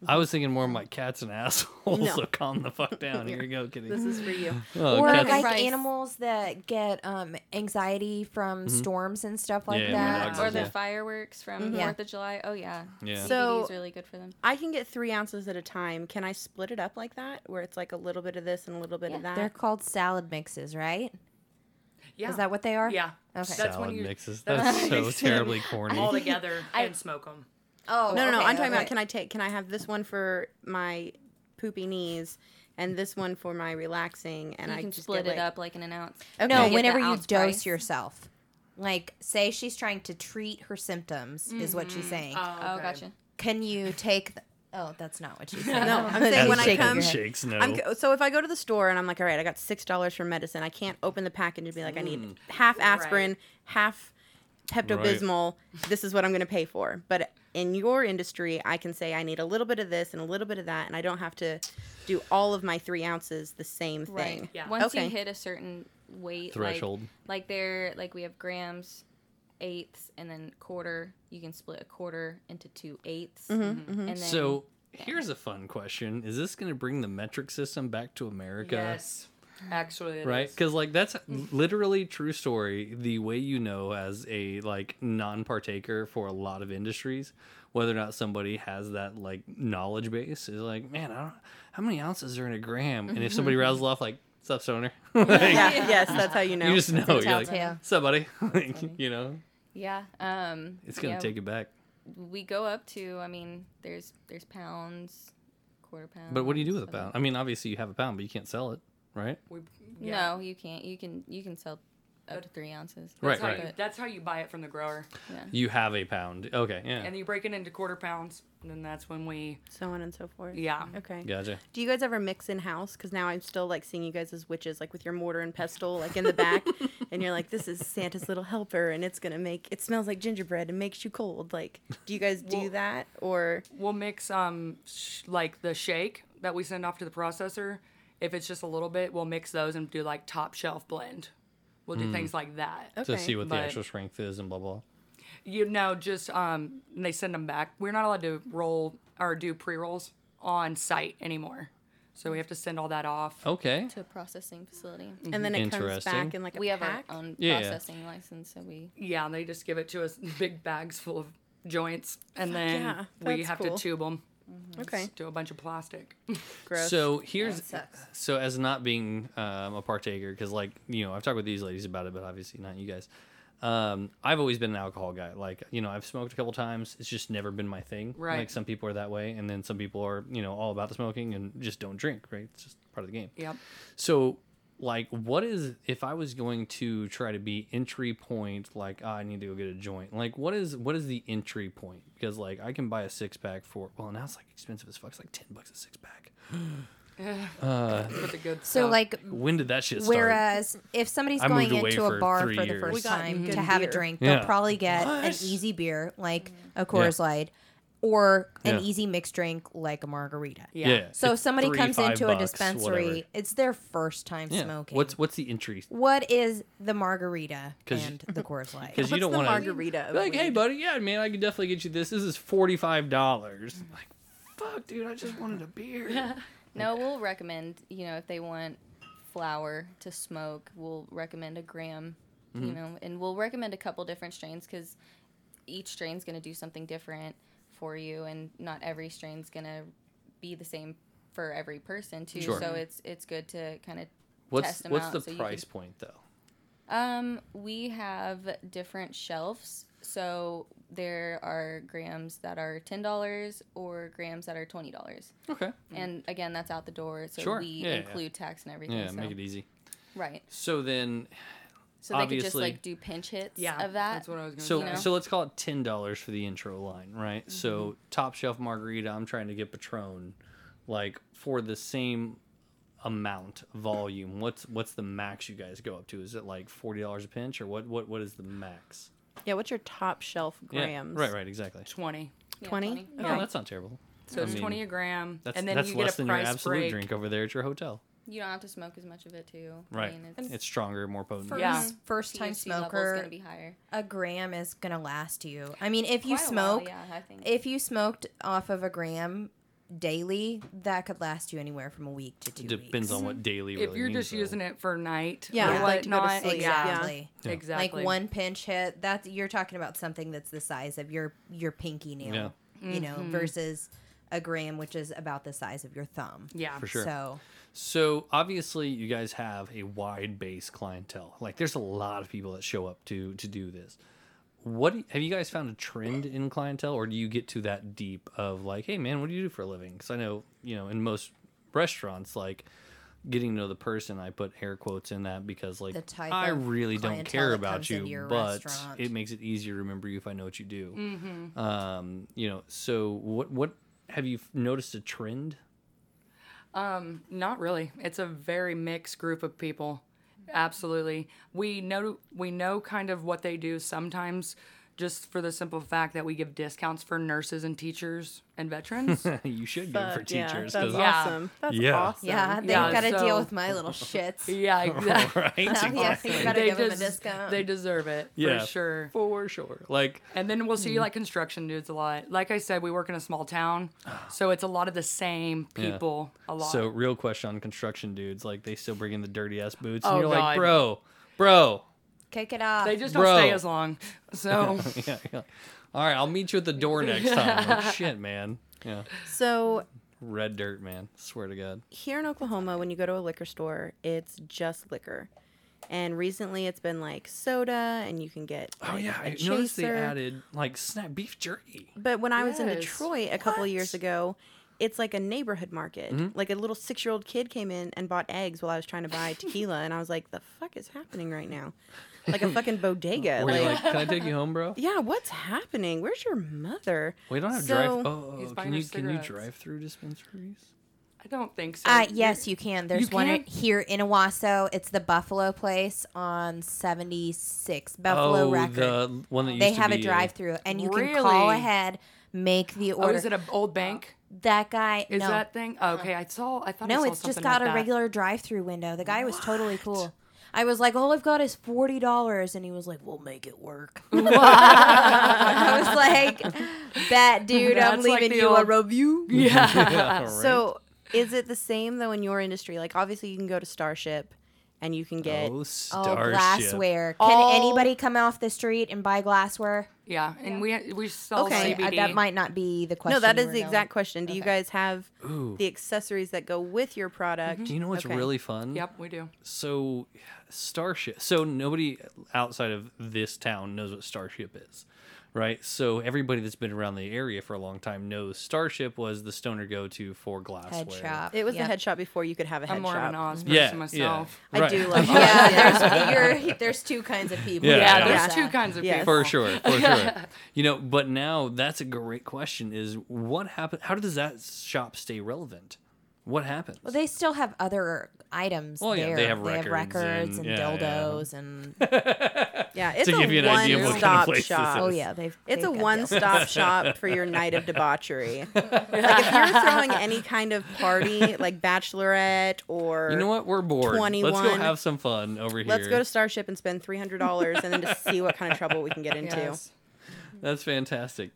S1: I was thinking more of my cats and assholes.
S2: Mm-hmm. No.
S1: So calm the fuck down. Here you go, kitty.
S2: This is for you.
S1: Oh,
S3: or
S1: cats-
S3: like
S4: Price.
S3: animals that get um, anxiety from storms and stuff like
S1: Mm-hmm. Yeah, when
S2: uh,
S3: that.
S1: dogs
S4: or
S1: is-
S4: the
S1: yeah.
S4: fireworks from
S3: Mhm.
S4: Fourth of July. Oh yeah,
S1: Yeah.
S4: CBD
S2: Mm-hmm. So-
S4: is really good for them.
S2: I can get three ounces at a time. Can I split it up like that, where it's like a little bit of this and a little bit of that?
S3: They're called salad mixes, right?
S5: Yeah.
S3: Is that what they are?
S5: Yeah.
S3: Okay.
S5: That's when
S1: salad
S5: you-
S1: mixes.
S5: that's
S1: That's
S5: when
S1: so
S5: you mix them
S1: terribly corny.
S5: all together
S4: I-
S5: and smoke them.
S3: Oh
S2: No, no, no.
S3: okay,
S2: I'm talking about
S3: okay.
S2: can I take can I have this one for my poopy knees and this one for my relaxing and
S4: You
S2: I
S4: can
S2: just
S4: split
S2: get,
S4: it
S2: like-
S4: up like in an ounce.
S2: Okay.
S3: No,
S4: get the
S3: whenever you
S4: ounce
S3: dose
S4: price.
S3: yourself. Like, say she's trying to treat her symptoms, is what
S2: Mm-hmm.
S3: she's saying.
S4: Oh, gotcha.
S3: Can you take? th- oh, that's not what she said.
S2: No, I'm
S1: As
S2: saying when I
S1: shaking
S2: come
S1: shakes no.
S2: I'm, go- so if I go to the store and I'm like, all right, I got six dollars for medicine. I can't open the package and be like, I need half aspirin, half Pepto Bismol. This is what I'm going to pay for. But in your industry, I can say I need a little bit of this and a little bit of that, and I don't have to do all of my three ounces the same thing.
S4: Right.
S5: Yeah.
S4: Once
S2: Okay.
S4: you hit a certain weight like-
S1: Threshold.
S4: like there, like we have grams, eighths, and then quarter. You can split a quarter into two eighths,
S2: Mm-hmm,
S4: Mm-hmm. and then
S1: so here's a fun question: Is this going to bring the metric system back to America?
S5: Yes. Actually, it
S1: right
S5: is.
S1: because like that's literally true story the way you know as a like non-partaker for a lot of industries whether or not somebody has that like knowledge base is like man i don't how many ounces are in a gram and if somebody rattles off like sup stoner like,
S2: Yeah. Yes, that's how you know.
S1: you just know you're
S3: telltale.
S1: like somebody like, you know
S4: yeah, um,
S1: it's gonna
S4: yeah,
S1: take it back
S4: we go up to i mean there's there's pounds quarter pound.
S1: But what do you do with a
S4: so-
S1: pound? I mean, obviously you have a pound, but you can't sell it, right?
S5: We,
S4: No, you can't. You can you can sell up to three ounces.
S1: Right,
S5: That's how, You,
S1: right.
S5: that's how you buy it from the grower.
S1: You have a pound. Okay, yeah.
S5: And then you break it into quarter pounds, and then that's when we,
S2: so on and so forth.
S5: yeah.
S2: Okay.
S1: Gotcha.
S2: Do you guys ever mix in house? Because now I'm still like seeing you guys as witches, like with your mortar and pestle, like in the back, and you're like, "This is Santa's little helper, and it's gonna make it smells like gingerbread and makes you cold." Like, do you guys do
S5: Well-
S2: that or
S5: We'll mix um sh- like the shake that we send off to the processor. If it's just a little bit, we'll mix those and do like top shelf blend. We'll
S1: Hmm.
S5: do things like that.
S1: To
S2: Okay,
S1: see what the
S5: but-
S1: actual strength is and blah blah.
S5: You know, just um, they send them back. We're not allowed to roll or do pre rolls on site anymore, so we have to send all that off.
S1: Okay.
S4: To a processing facility.
S2: and then it comes
S1: Interesting.
S2: back in like a
S4: We have our
S2: pack?
S4: own
S1: Yeah.
S4: processing license, so we
S5: Yeah, they just give it to us in big bags full of joints, and then
S2: yeah,
S5: we
S2: that's
S5: have
S2: cool.
S5: to tube them
S2: okay,
S5: to a bunch of plastic.
S2: gross.
S1: So here's
S3: sucks.
S1: so as not being um, a partaker because like you know I've talked with these ladies about it, but obviously not you guys. Um, I've always been an alcohol guy. Like you know I've smoked a couple times. It's just never been my thing.
S5: Right.
S1: Like some people are that way, and then some people are you know all about the smoking and just don't drink. Right. It's just part of the game.
S5: Yep.
S1: So, like, what is if I was going to try to be entry point? Like, ah, I need to go get a joint. Like, what is what is the entry point? Because like, I can buy a six pack for well, now it's like expensive as fuck. It's like ten bucks a six pack.
S5: With the good
S3: So
S5: stuff.
S3: like
S1: When did that shit start?
S3: Whereas if somebody's
S1: I moved
S3: going
S1: away
S3: into
S1: for
S3: a bar for
S1: three
S3: the
S1: years.
S2: We
S3: first
S2: got
S3: time
S2: good
S3: to have
S2: beer.
S3: a drink,
S1: Yeah.
S3: they'll probably get an
S1: What?
S3: easy beer like a Coors Light or an
S1: Yeah.
S3: easy mixed drink like a margarita.
S1: yeah.
S3: So if
S1: it's
S3: somebody
S1: three,
S3: comes
S1: five
S3: into a
S1: bucks,
S3: dispensary,
S1: whatever.
S3: it's their first time
S1: Yeah.
S3: smoking.
S1: What's what's the entry?
S3: What is the margarita
S1: 'Cause you-
S3: and the Coors Light?
S1: Because you
S2: What's
S1: don't
S2: the
S1: want
S2: margarita of
S1: Like, hey,
S2: weed?
S1: buddy, yeah, man, I could definitely get you this. This is forty five dollars. Like, fuck, dude, I just wanted a beer.
S4: No, we'll recommend, you know, if they want flour to smoke, we'll recommend a gram,
S1: Mm-hmm.
S4: you know, and we'll recommend a couple different strains because each strain's going to do something different for you, and not every strain's going to be the same for every person too.
S1: Sure.
S4: So it's it's good to kind of
S1: What's
S4: test 'em
S1: what's
S4: out
S1: the
S4: so you can-
S1: price point though?
S4: um, we have different shelves. So there are grams that are ten dollars or grams that are twenty dollars.
S1: Okay.
S4: And again, that's out the door. So
S1: Mm. Sure.
S4: we
S1: Yeah, yeah.
S4: include tax and everything.
S1: Yeah,
S4: so.
S1: make it e- easy.
S4: Right.
S1: So then,
S4: So they could just
S1: Obviously-
S4: like do pinch hits
S5: yeah,
S4: of that.
S5: That's what I was going to
S1: so
S5: say.
S4: know?
S1: so let's call it ten dollars for the intro line, right?
S5: Mm-hmm.
S1: So top shelf margarita, I'm trying to get Patron, like for the same amount volume. What's what's the max you guys go up to? Is it like forty dollars a pinch, or what? What what is the max?
S2: yeah, what's your top shelf grams?
S1: Yeah, right, right, exactly.
S5: 20.
S4: Yeah,
S2: 20?
S1: No, that's not terrible.
S5: So it's 20 a gram.
S1: That's
S5: and then
S1: that's
S5: you
S1: less
S5: get a
S1: than your
S5: price
S1: absolute
S5: break.
S1: drink over there at your hotel,
S4: You don't have to smoke as much of it too.
S1: right?
S4: I mean, it's,
S1: it's, stronger, more potent.
S3: First,
S5: Yeah.
S3: first time
S4: THC level's
S3: smoker,
S4: gonna be higher.
S3: a gram is gonna last you. I mean, if you
S4: Quite a while,
S3: smoke,
S4: yeah, I think.
S3: if you smoked off of a gram daily, that could last you anywhere from a week to two
S1: Depends
S3: weeks.
S1: on what daily.
S5: If
S1: really
S5: you're
S1: means,
S5: just
S1: though.
S5: using it for night
S2: Yeah,
S5: or
S2: like to go to
S5: whatnot,
S2: sleep.
S5: yeah,
S3: Exactly.
S5: exactly.
S3: Like one pinch hit. That's you're talking about something that's the size of your your pinky nail.
S1: Yeah.
S3: You know,
S5: Mm-hmm.
S3: versus a gram, which is about the size of your thumb.
S5: Yeah.
S1: For sure.
S3: So
S1: So obviously, you guys have a wide base clientele. Like, there's a lot of people that show up to to do this. What do- have you guys found a trend in clientele, or do you get to that deep of like, hey man, what do you do for a living? Because I know you know in most restaurants, like getting to know the person. I put air quotes in that because like
S3: The type
S1: I
S3: of
S1: really don't
S3: clientele
S1: care
S3: that
S1: about
S3: comes into
S1: you,
S3: your
S1: but
S3: restaurant. Mm-hmm.
S1: it makes it easier to remember you if I know what you do. Um, you know, so what what have you f- noticed a trend?
S5: Not really. It's a very mixed group of people. Absolutely. We know we know kind of what they do sometimes just for the simple fact that we give discounts for nurses and teachers and veterans.
S1: you should go for
S2: Fuck, yeah,
S1: teachers
S2: that's
S1: because
S5: Yeah.
S2: awesome. That's
S1: Yeah.
S2: awesome.
S3: yeah, they've
S5: Yeah,
S3: got to deal
S5: so-
S3: with my little shits.
S5: yeah, exactly.
S1: right?
S3: yeah, you gotta
S5: They
S3: give them a
S5: des-
S3: discount.
S5: They deserve it
S1: Yeah.
S5: for sure.
S1: For sure. Like,
S5: And then we'll
S1: Mm.
S5: see like construction dudes a lot. Like I said, we work in a small town, so it's a lot of the same
S1: Yeah.
S5: people. A lot.
S1: so real question on construction dudes. Like, they still bring in the dirty ass boots, and
S5: Oh,
S1: you're like,
S5: God.
S1: bro, bro.
S3: Kick it off.
S5: they just don't
S1: Bro.
S5: stay as long. So
S1: yeah, yeah. All right, I'll meet you at the door next time. Like, shit, man. Yeah.
S2: So
S1: Red dirt, man. Swear to God.
S2: here in Oklahoma, when you go to a liquor store, it's just liquor. And recently, it's been like soda, and you can get.
S1: Oh
S2: like,
S1: yeah,
S2: a
S1: I noticed they
S2: chaser.
S1: added like snap beef jerky.
S2: But when I was in
S5: Yes.
S2: Detroit a couple years ago, it's like a neighborhood market.
S1: Mm-hmm.
S2: Like a little six year old kid came in and bought eggs while I was trying to buy tequila, and I was like, the fuck is happening right now? Like a fucking bodega.
S1: Were you
S2: Like,
S1: like, can I take you home, bro?
S2: yeah, what's happening? Where's your mother?
S1: We don't have
S2: So-
S1: drive. Oh,
S5: He's
S1: oh,
S5: buying
S1: can
S5: her
S1: you can you
S5: cigarettes.
S1: drive through dispensaries?
S5: I don't think so.
S3: Uh, yes, you can. There's one
S5: can?
S3: here in Owasso. It's the Buffalo Place on 76 Buffalo
S1: oh,
S3: Record.
S1: the one that used
S3: they
S1: to
S3: have a
S1: be, uh,
S3: drive-through, and you can call
S5: Really?
S3: ahead, make the
S5: Oh,
S3: order.
S5: is it an old bank?
S3: that guy?
S5: Is
S3: no,
S5: that thing? Oh, okay, I saw. I thought. I
S3: no,
S5: saw
S3: it's just
S5: something
S3: got
S5: like
S3: a
S5: that.
S3: regular drive-through window. The guy was totally cool. I was like, all I've got is forty dollars, and he was like, "We'll make it work." I was like, "That dude, I'm
S5: That's like
S3: leaving
S5: the
S3: you a
S5: old-
S3: review."
S1: yeah, right?
S2: So is it the same though in your industry? Like obviously you can go to Starship and you can get
S1: oh,
S3: Oh,
S1: Starship.
S3: glassware!
S5: All-
S3: Can anybody come off the street and buy glassware?
S5: Yeah, and we we sell
S2: Okay,
S5: okay,
S2: uh,
S5: CBD.
S3: I- that might not be the
S2: No,
S3: question.
S2: that
S3: you
S2: is
S3: were
S2: the
S3: knowing.
S2: exact question. Do you guys have
S1: Ooh.
S2: the accessories that go with your product?
S1: Do you know what's
S2: Okay.
S1: really fun?
S5: Yep, we do.
S1: So, Starship. So nobody outside of this town knows what Starship is, right? So everybody that's been around the area for a long time knows Starship was the stoner go-to for glassware.
S3: Head shop.
S2: It was
S3: Yep.
S2: the head shop before you could have a head
S5: I'm more of an
S2: shop.
S5: Oz person
S1: Yeah,
S5: myself.
S1: yeah.
S2: I
S1: right.
S2: do love
S3: Yeah,
S2: Oz.
S3: there's, you're, there's two kinds of people.
S1: Yeah,
S5: Yeah,
S1: yeah.
S5: there's
S3: That's
S5: two
S3: sad.
S5: kinds of
S2: Yes.
S5: people.
S1: for sure for sure you know but now that's a great question is what happened how does that shop stay relevant what happens
S3: Well, they still have other items
S1: Well, yeah,
S3: there.
S1: they have records
S3: records
S1: and-
S3: and,
S1: yeah, yeah.
S3: dildos and
S2: Yeah, it's
S1: give you
S2: a
S1: an idea of what kind of
S2: one stop
S1: place this
S2: shop.
S3: oh yeah, they've.
S2: It's
S3: they've
S2: a
S3: got
S2: one
S3: dildos.
S2: stop shop for your night of debauchery. like if you're throwing any kind of party, like bachelorette or
S1: you know what we're bored let's go
S2: 21.
S1: have some fun over here
S2: let's go to Starship and spend three hundred dollars and then just see what kind of trouble we can get into.
S5: Yes.
S1: that's fantastic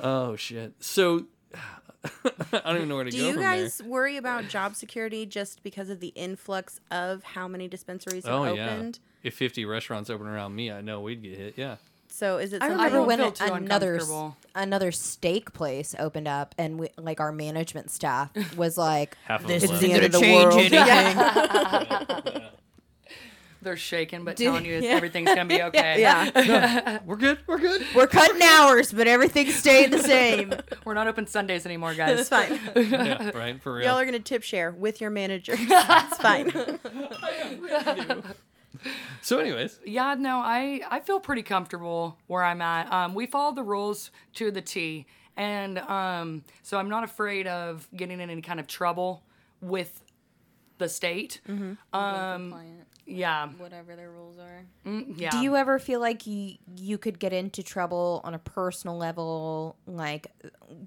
S1: oh shit so i don't even know where to
S2: Do
S1: go
S2: you
S1: from
S2: guys worry about job security just because of the influx of how many dispensaries
S1: there
S2: have
S1: oh
S2: opened?
S1: yeah if 50 restaurants open around me i know we'd get hit yeah
S2: So is it
S3: I
S2: something
S3: remember
S5: don't
S3: when
S5: feel too
S3: another s-
S5: uncomfortable.
S3: another steak place opened up, and we, like our management staff was like,
S1: Half of
S3: "This
S1: them
S3: is
S1: left.
S3: the end of the
S2: Change
S3: world."
S2: anything.
S5: They're shaking, but
S3: Dude,
S5: telling you
S2: yeah.
S5: everything's gonna be okay.
S2: Yeah.
S1: we're good we're good
S3: We're cutting hours, but everything stayed the same.
S5: We're not open Sundays anymore, guys.
S2: It's fine.
S1: yeah, right for real
S2: Y'all are gonna tip share with your manager. it's fine.
S1: so anyways
S5: Yeah, no, I, I feel pretty comfortable where I'm at. Um, we follow the rules to the T, and um, so I'm not afraid of getting in any kind of trouble with the state.
S3: Mm-hmm. um,
S4: Compliant,
S5: Yeah,
S4: whatever their rules are.
S5: Mm, yeah.
S3: Do you
S1: Um,
S3: ever feel like you you could get into trouble on a personal level? Like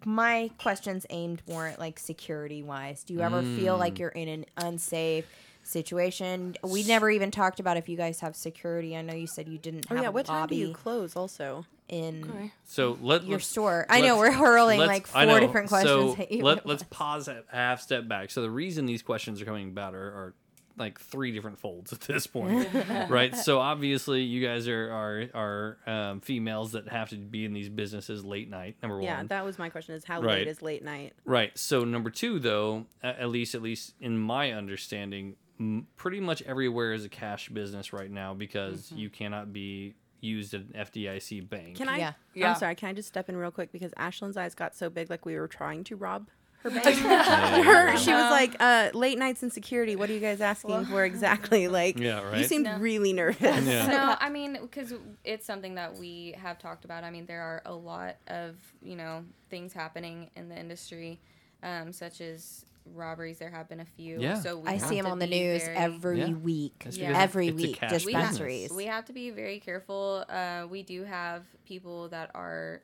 S3: my questions aimed more at like security wise. Do you ever feel
S1: Mm.
S3: like you're in an unsafe situation? We never even talked about if you guys have security. I know you said you didn't.
S2: Oh
S3: have
S2: yeah,
S3: a
S2: what time do
S3: lobby
S2: you close also?
S3: in
S1: so let,
S3: your
S1: let's
S3: store? I know
S1: let's-
S3: we're hurling
S1: let's-
S3: like
S1: I
S3: four
S1: know.
S3: different questions.
S1: So
S3: at you
S1: let,
S3: at
S1: let's
S3: once.
S1: pause at a half step back. So the reason these questions are coming about are, are like three different folds at this point, right? So obviously you guys are are are um, females that have to be in these businesses late night. Number one,
S2: Yeah, that was my question is how
S1: Right.
S2: late is late night?
S1: Right. So number two, though, a- at least at least in my understanding, m- pretty much everywhere is a cash business right now because
S3: Mm-hmm.
S1: you cannot be used at an FDIC bank.
S2: Can I?
S3: Yeah.
S5: Yeah.
S2: I'm sorry. Can I just step in real quick because Ashlyn's eyes got so big, like we were trying to rob her bank. her, she was like, uh, "Late nights and security. What are you guys asking for exactly?" Like,
S1: Yeah,
S2: You
S1: right?
S2: seemed
S4: No.
S2: really nervous.
S1: Yeah.
S4: no, I mean, because it's something that we have talked about. I mean, there are a lot of you know things happening in the industry, um, such as robberies. There have been a few.
S1: Yeah.
S4: So we
S3: I
S4: have
S3: see him
S4: to
S3: on the
S4: be
S3: news
S4: very-
S3: every
S1: Yeah.
S3: week.
S1: That's
S4: Yeah.
S1: because
S3: Every
S1: it's a
S3: week,
S1: cash
S4: We have-
S3: dispensaries.
S4: We have to be very careful. Uh, we do have people that are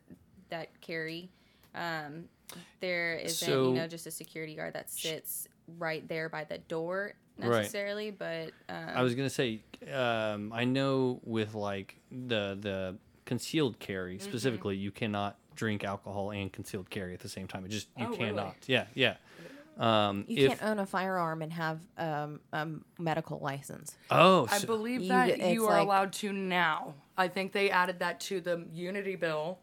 S4: that carry. Um, there isn't
S1: So-
S4: you know just a security guard that sits right there by the door
S1: Right.
S4: necessarily, but um,
S1: I was gonna say, um, I know with like the the concealed carry specifically, you cannot drink alcohol and concealed carry at the same time. It just you
S5: Oh, really?
S1: cannot. Yeah, yeah. Um,
S3: You
S1: if,
S3: can't own a firearm and have um, a medical license.
S1: oh,
S5: I
S1: so-
S5: believe
S3: You-
S5: that
S3: it's
S5: you are
S3: like-
S5: allowed to now. I think they added that to the unity bill.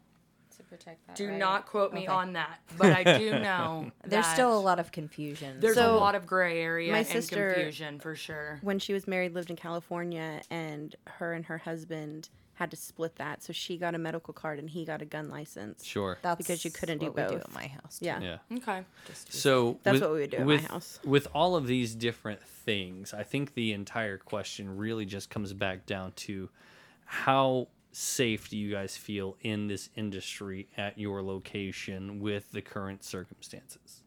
S4: to protect that.
S5: Do
S4: right?
S5: not quote me
S3: Okay.
S5: on that, but I do know
S3: There's
S5: that
S3: still a lot of confusion.
S5: There's
S2: So,
S5: a lot of gray area
S2: my
S5: and
S2: sister-
S5: confusion for sure.
S2: When she was married, lived in California, and her and her husband had to split that. So she got a medical card and he got a gun license.
S1: Sure.
S3: That's
S2: Because you couldn't do
S3: what we
S2: both.
S3: at my house.
S2: Yeah.
S1: yeah.
S5: Okay.
S1: So
S2: That's
S1: with-
S2: what we would do at my
S1: with,
S2: house.
S1: With all of these different things, I think the entire question really just comes back down to how safe do you guys feel in this industry at your location with the current circumstances?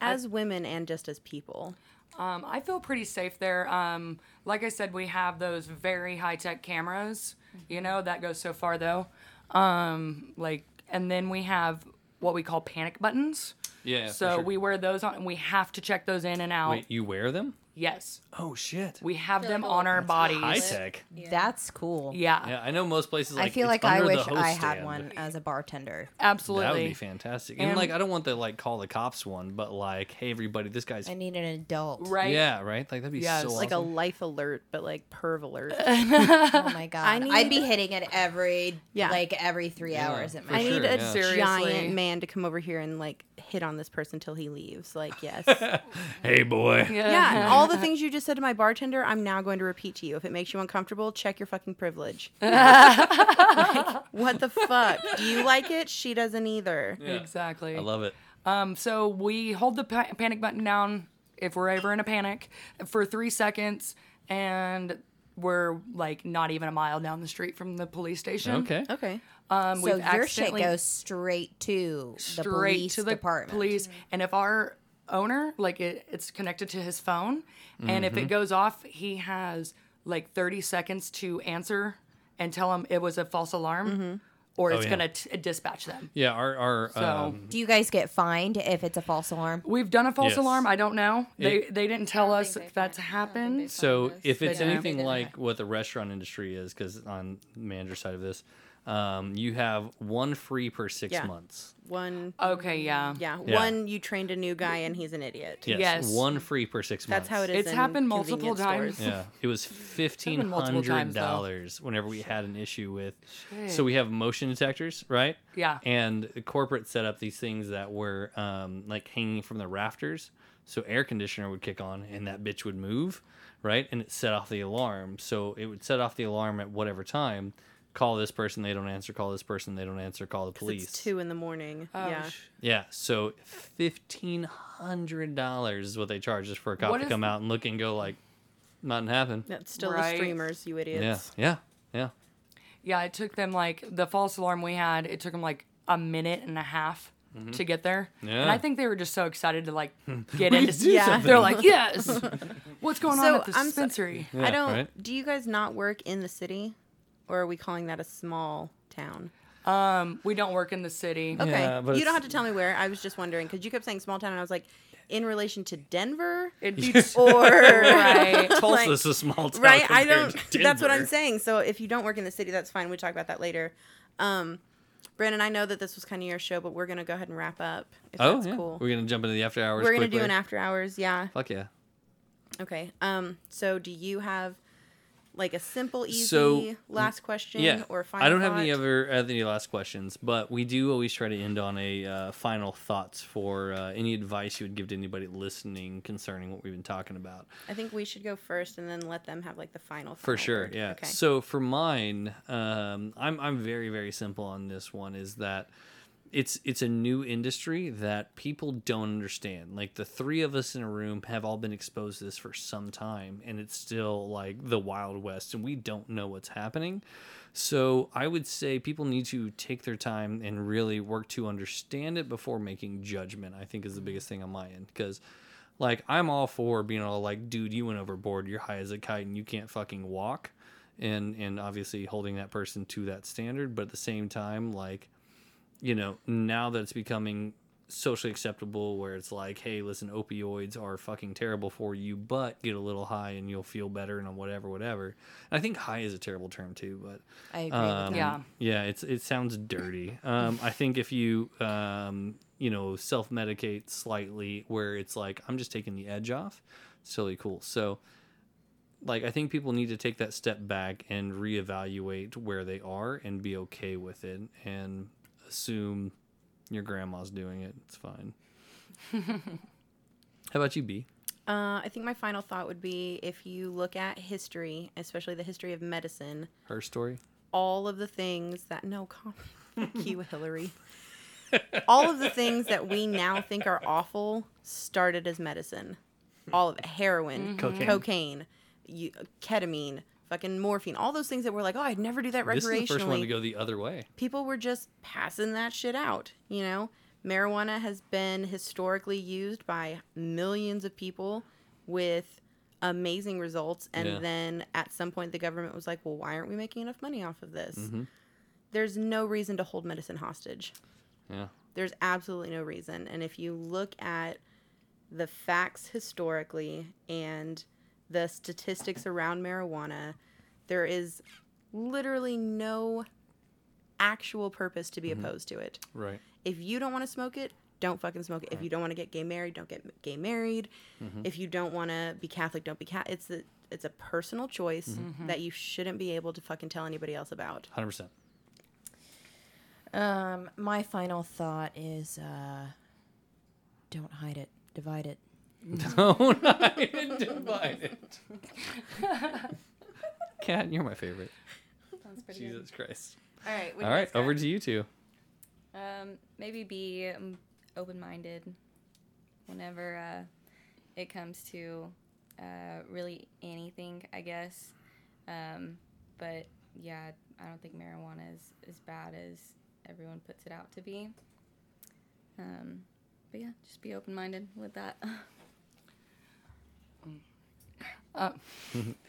S2: As women and just as people.
S5: Um, I feel pretty safe there. Um, like I said, we have those very high tech cameras. You
S1: Mm-hmm.
S5: know that goes so far though. Um, like, and then we have what we call panic buttons.
S1: Yeah.
S5: so we wear those on, and we have to check those in and out.
S1: Wait, you wear them?
S5: Yes,
S1: Oh shit.
S5: we have
S4: Feel
S5: them
S4: like a
S5: on our
S4: little- that's
S5: bodies.
S1: High tech.
S3: That's cool.
S5: Yeah,
S1: Yeah, I know most places. Like,
S3: I feel
S1: it's
S3: like I
S1: under the
S3: wish
S1: host
S3: I had
S1: stand.
S3: one as a bartender.
S5: absolutely.
S1: That would be fantastic. And,
S5: And-
S1: like, I don't want the like call the cops one, but like, hey everybody, this guy's
S3: I need an adult. Oh
S5: Right.
S1: yeah, right. Like that'd be
S5: Yes.
S1: so
S2: Like a
S1: awesome.
S2: life alert, but like perv alert.
S3: Oh my god. I
S2: need-
S3: would be hitting it every
S2: Yeah.
S3: like every three
S1: Yeah,
S3: hours at
S1: for
S3: my
S2: I need
S1: sure,
S2: a
S1: yeah.
S5: Seriously.
S2: giant man to come over here and like hit on this person till he leaves. Like, yes. yeah.
S1: hey boy.
S2: and all the things you just said to my bartender, I'm now going to repeat to you. If it makes you uncomfortable, check your fucking privilege. Like, what the fuck? Do you like it? She doesn't either.
S1: Yeah.
S5: Exactly.
S1: I love it.
S5: Um, so we hold the pa- panic button down if we're ever in a panic for three seconds, and we're like not even a mile down the street from the police station.
S1: Okay.
S2: Okay.
S5: Um,
S3: so
S5: we've
S3: your shit
S5: accidentally
S3: goes straight to the
S5: straight
S3: police
S5: to the
S3: department.
S5: police, and if our owner like it, it's connected to his phone, and
S1: Mm-hmm.
S5: if it goes off, he has like 30 seconds to answer and tell him it was a false alarm,
S3: Mm-hmm.
S5: or it's
S1: Oh, yeah.
S5: gonna t- dispatch them.
S1: Yeah, our our
S5: So.
S1: um,
S3: Do you guys get fined if it's a false alarm?
S5: We've done a false
S1: Yes.
S5: alarm. I don't know. they
S1: It-
S5: they didn't tell
S4: don't
S5: us
S4: think
S5: if
S4: they
S5: that's
S4: can. I don't think
S5: happened.
S4: they-
S1: So if it's
S5: Yeah.
S1: anything
S3: Yeah.
S1: like what the restaurant industry is, because on the manager side of this, um, you have one free per six
S2: Yeah.
S1: months.
S2: One.
S5: Okay, yeah.
S2: Yeah.
S1: Yeah.
S2: One, you trained a new guy and he's an idiot.
S1: Yes,
S5: Yes.
S1: one free per six months.
S2: That's how it is.
S5: It's
S2: in
S5: happened multiple
S2: convenience
S5: times.
S2: stores.
S1: Yeah, it was fifteen
S5: multiple
S1: hundred
S5: times, though.
S1: dollars whenever we had an issue with.
S5: Shit.
S1: So we have motion detectors, right?
S5: Yeah.
S1: And the corporate set up these things that were um, like hanging from the rafters, so air conditioner would kick on and that bitch would move, right? And it set off the alarm. So it would set off the alarm at whatever time. Call this person, they don't answer. Call this person, they don't answer. Call the police.
S2: It's two in the morning.
S5: Oh,
S2: yeah.
S5: sh-
S1: Yeah, so fifteen hundred dollars is what they charge us for a cop
S5: What
S1: to
S5: if-
S1: come out and look and go like, nothing happened.
S2: That's still
S5: Right.
S2: the streamers, you idiots.
S1: Yeah, yeah, yeah.
S5: yeah, it took them like the false alarm we had, it took them like a minute and a half to get there. And
S1: Mm-hmm. Yeah.
S5: I think they were just so excited to like get into
S1: did
S2: Yeah. something.
S5: They're like, "Yes. What's going on
S2: So,
S5: at the
S2: I'm so-
S5: dispensary?"
S1: Yeah,
S2: I don't.
S1: right?
S2: Do you guys not work in the city, or are we calling that a small town?
S5: um, we don't work in the city.
S2: Okay,
S1: Yeah, but
S2: you
S1: it's-
S2: don't have to tell me where. I was just wondering because you kept saying small town, and I was like, in relation to Denver
S5: It beats
S2: or
S5: right.
S2: like-
S1: Tulsa's a small town.
S2: right? I
S1: compared
S2: don't.
S1: to
S2: That's what I'm
S1: Denver.
S2: saying. So if you don't work in the city, that's fine. We talk about that later. Um, Brandon, I know that this was kind of your show, but we're gonna go ahead and wrap up. If
S1: Oh,
S2: that's
S1: yeah.
S2: cool.
S1: We're gonna jump into the after hours.
S2: We're gonna
S1: quickly.
S2: do an after hours. Yeah.
S1: Fuck yeah.
S2: Okay. Um. So do you have like a simple, easy
S1: So,
S2: last question
S1: Yeah.
S2: or final?
S1: I don't have any
S2: thought?
S1: other uh, any last questions, but we do always try to end on a uh, final thoughts for uh, any advice you would give to anybody listening concerning what we've been talking about.
S2: I think we should go first and then let them have like the final.
S1: For
S2: final
S1: sure,
S2: word.
S1: yeah.
S2: Okay.
S1: So for mine, um, I'm I'm very very simple on this one. Is that it's it's a new industry that people don't understand. Like the three of us in a room have all been exposed to this for some time, and it's still like the wild west, and we don't know what's happening. So I would say people need to take their time and really work to understand it before making judgment. I think is the biggest thing on my end because like I'm all for being all like, dude, you went overboard. You're high as a kite and you can't fucking walk, and and obviously holding that person to that standard. But at the same time, like, you know, now that it's becoming socially acceptable, where it's like, hey, listen, opioids are fucking terrible for you, but get a little high and you'll feel better and whatever, whatever. And I think high is a terrible term too, but
S3: I agree with
S1: um,
S3: that.
S5: Yeah.
S1: yeah. It's it sounds dirty. Um, I think if you um, you know self medicate slightly, where it's like I'm just taking the edge off, it's totally cool. So, like I think people need to take that step back and reevaluate where they are and be okay with it and assume your grandma's doing it. It's fine. How about you, B?
S2: Uh, I think my final thought would be if you look at history, especially the history of medicine,
S1: Her story.
S2: all of the things that no com Fuck you Hillary. all of the things that we now think are awful started as medicine. All of it. heroin,
S1: Cocaine.
S2: cocaine, you, ketamine, fucking morphine, all those things that we're like, oh, I'd never do that
S1: This is the first one to
S2: recreationally.
S1: go the other way.
S2: People were just passing that shit out, you know? Marijuana has been historically used by millions of people with amazing results and
S1: Yeah.
S2: then at some point the government was like, "Well, why aren't we making enough money off of this?" There's no reason to hold medicine hostage.
S1: Yeah.
S2: There's absolutely no reason. And if you look at the facts historically and the statistics around marijuana, there is literally no actual purpose to be opposed to it.
S1: Right.
S2: If you don't want to smoke it, don't fucking smoke it. If you don't want to get gay married, don't get m- gay married. If you don't want to be Catholic, don't be Catholic. It's a, it's a personal choice that you shouldn't be able to fucking tell anybody else about.
S1: Hundred percent.
S3: Um, my final thought is uh, don't hide it, divide it.
S1: Don't hide it, divide it. Kat, you're my favorite.
S4: Sounds pretty good.
S1: Jesus Christ.
S4: All right.
S1: All right, over to you two.
S4: Um, maybe be um, open-minded whenever uh, it comes to uh, really anything, I guess. Um, but yeah, I don't think marijuana is as bad as everyone puts it out to be. Um, but yeah, just be open-minded with that.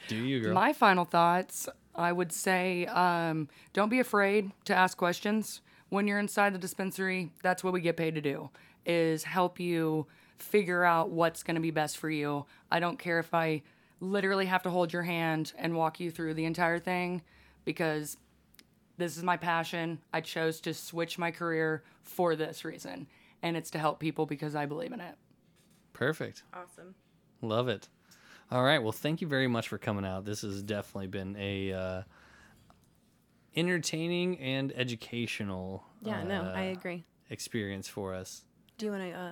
S1: Do you, girl?
S5: My final thoughts I would say um, don't be afraid to ask questions. When you're inside the dispensary, that's what we get paid to do is help you figure out what's going to be best for you. I don't care if I literally have to hold your hand and walk you through the entire thing because this is my passion. I chose to switch my career for this reason, and it's to help people because I believe in it.
S1: Perfect.
S2: Awesome.
S1: Love it. All right. Well, thank you very much for coming out. This has definitely been a uh, entertaining and educational
S2: Yeah, no, I
S1: uh,
S2: agree.
S1: experience for us.
S2: Do you want to uh,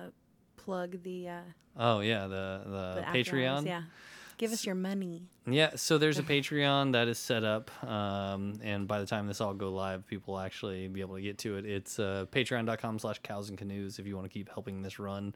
S2: plug the uh,
S1: Oh yeah, the the,
S2: the after
S1: Patreon.
S2: hours? Yeah, give us your money.
S1: Yeah, so there's a Patreon that is set up, um, and by the time this all go live, people will actually be able to get to it. It's uh, patreon.com slash cows and canoes if you want to keep helping this run,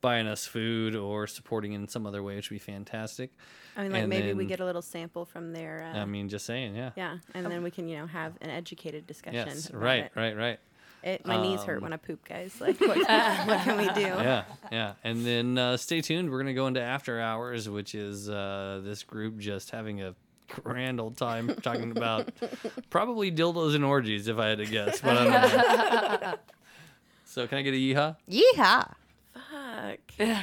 S1: buying us food or supporting in some other way, which would be fantastic.
S2: I mean, like
S1: And
S2: maybe we
S1: then- Um,
S2: get a little sample from their. Uh,
S1: I mean, just saying, yeah.
S2: yeah, and then we can you know have an educated discussion.
S1: yes,
S2: about
S1: right,
S2: it.
S1: right, right.
S2: It, my knees hurt when I poop, guys. Like, what, what can we do?
S1: yeah, yeah. And then uh, stay tuned. We're gonna go into after hours, which is uh, this group just having a grand old time talking about probably dildos and orgies, if I had to guess. But I don't know. so can I get a yeehaw?
S3: Yeehaw!
S2: Fuck.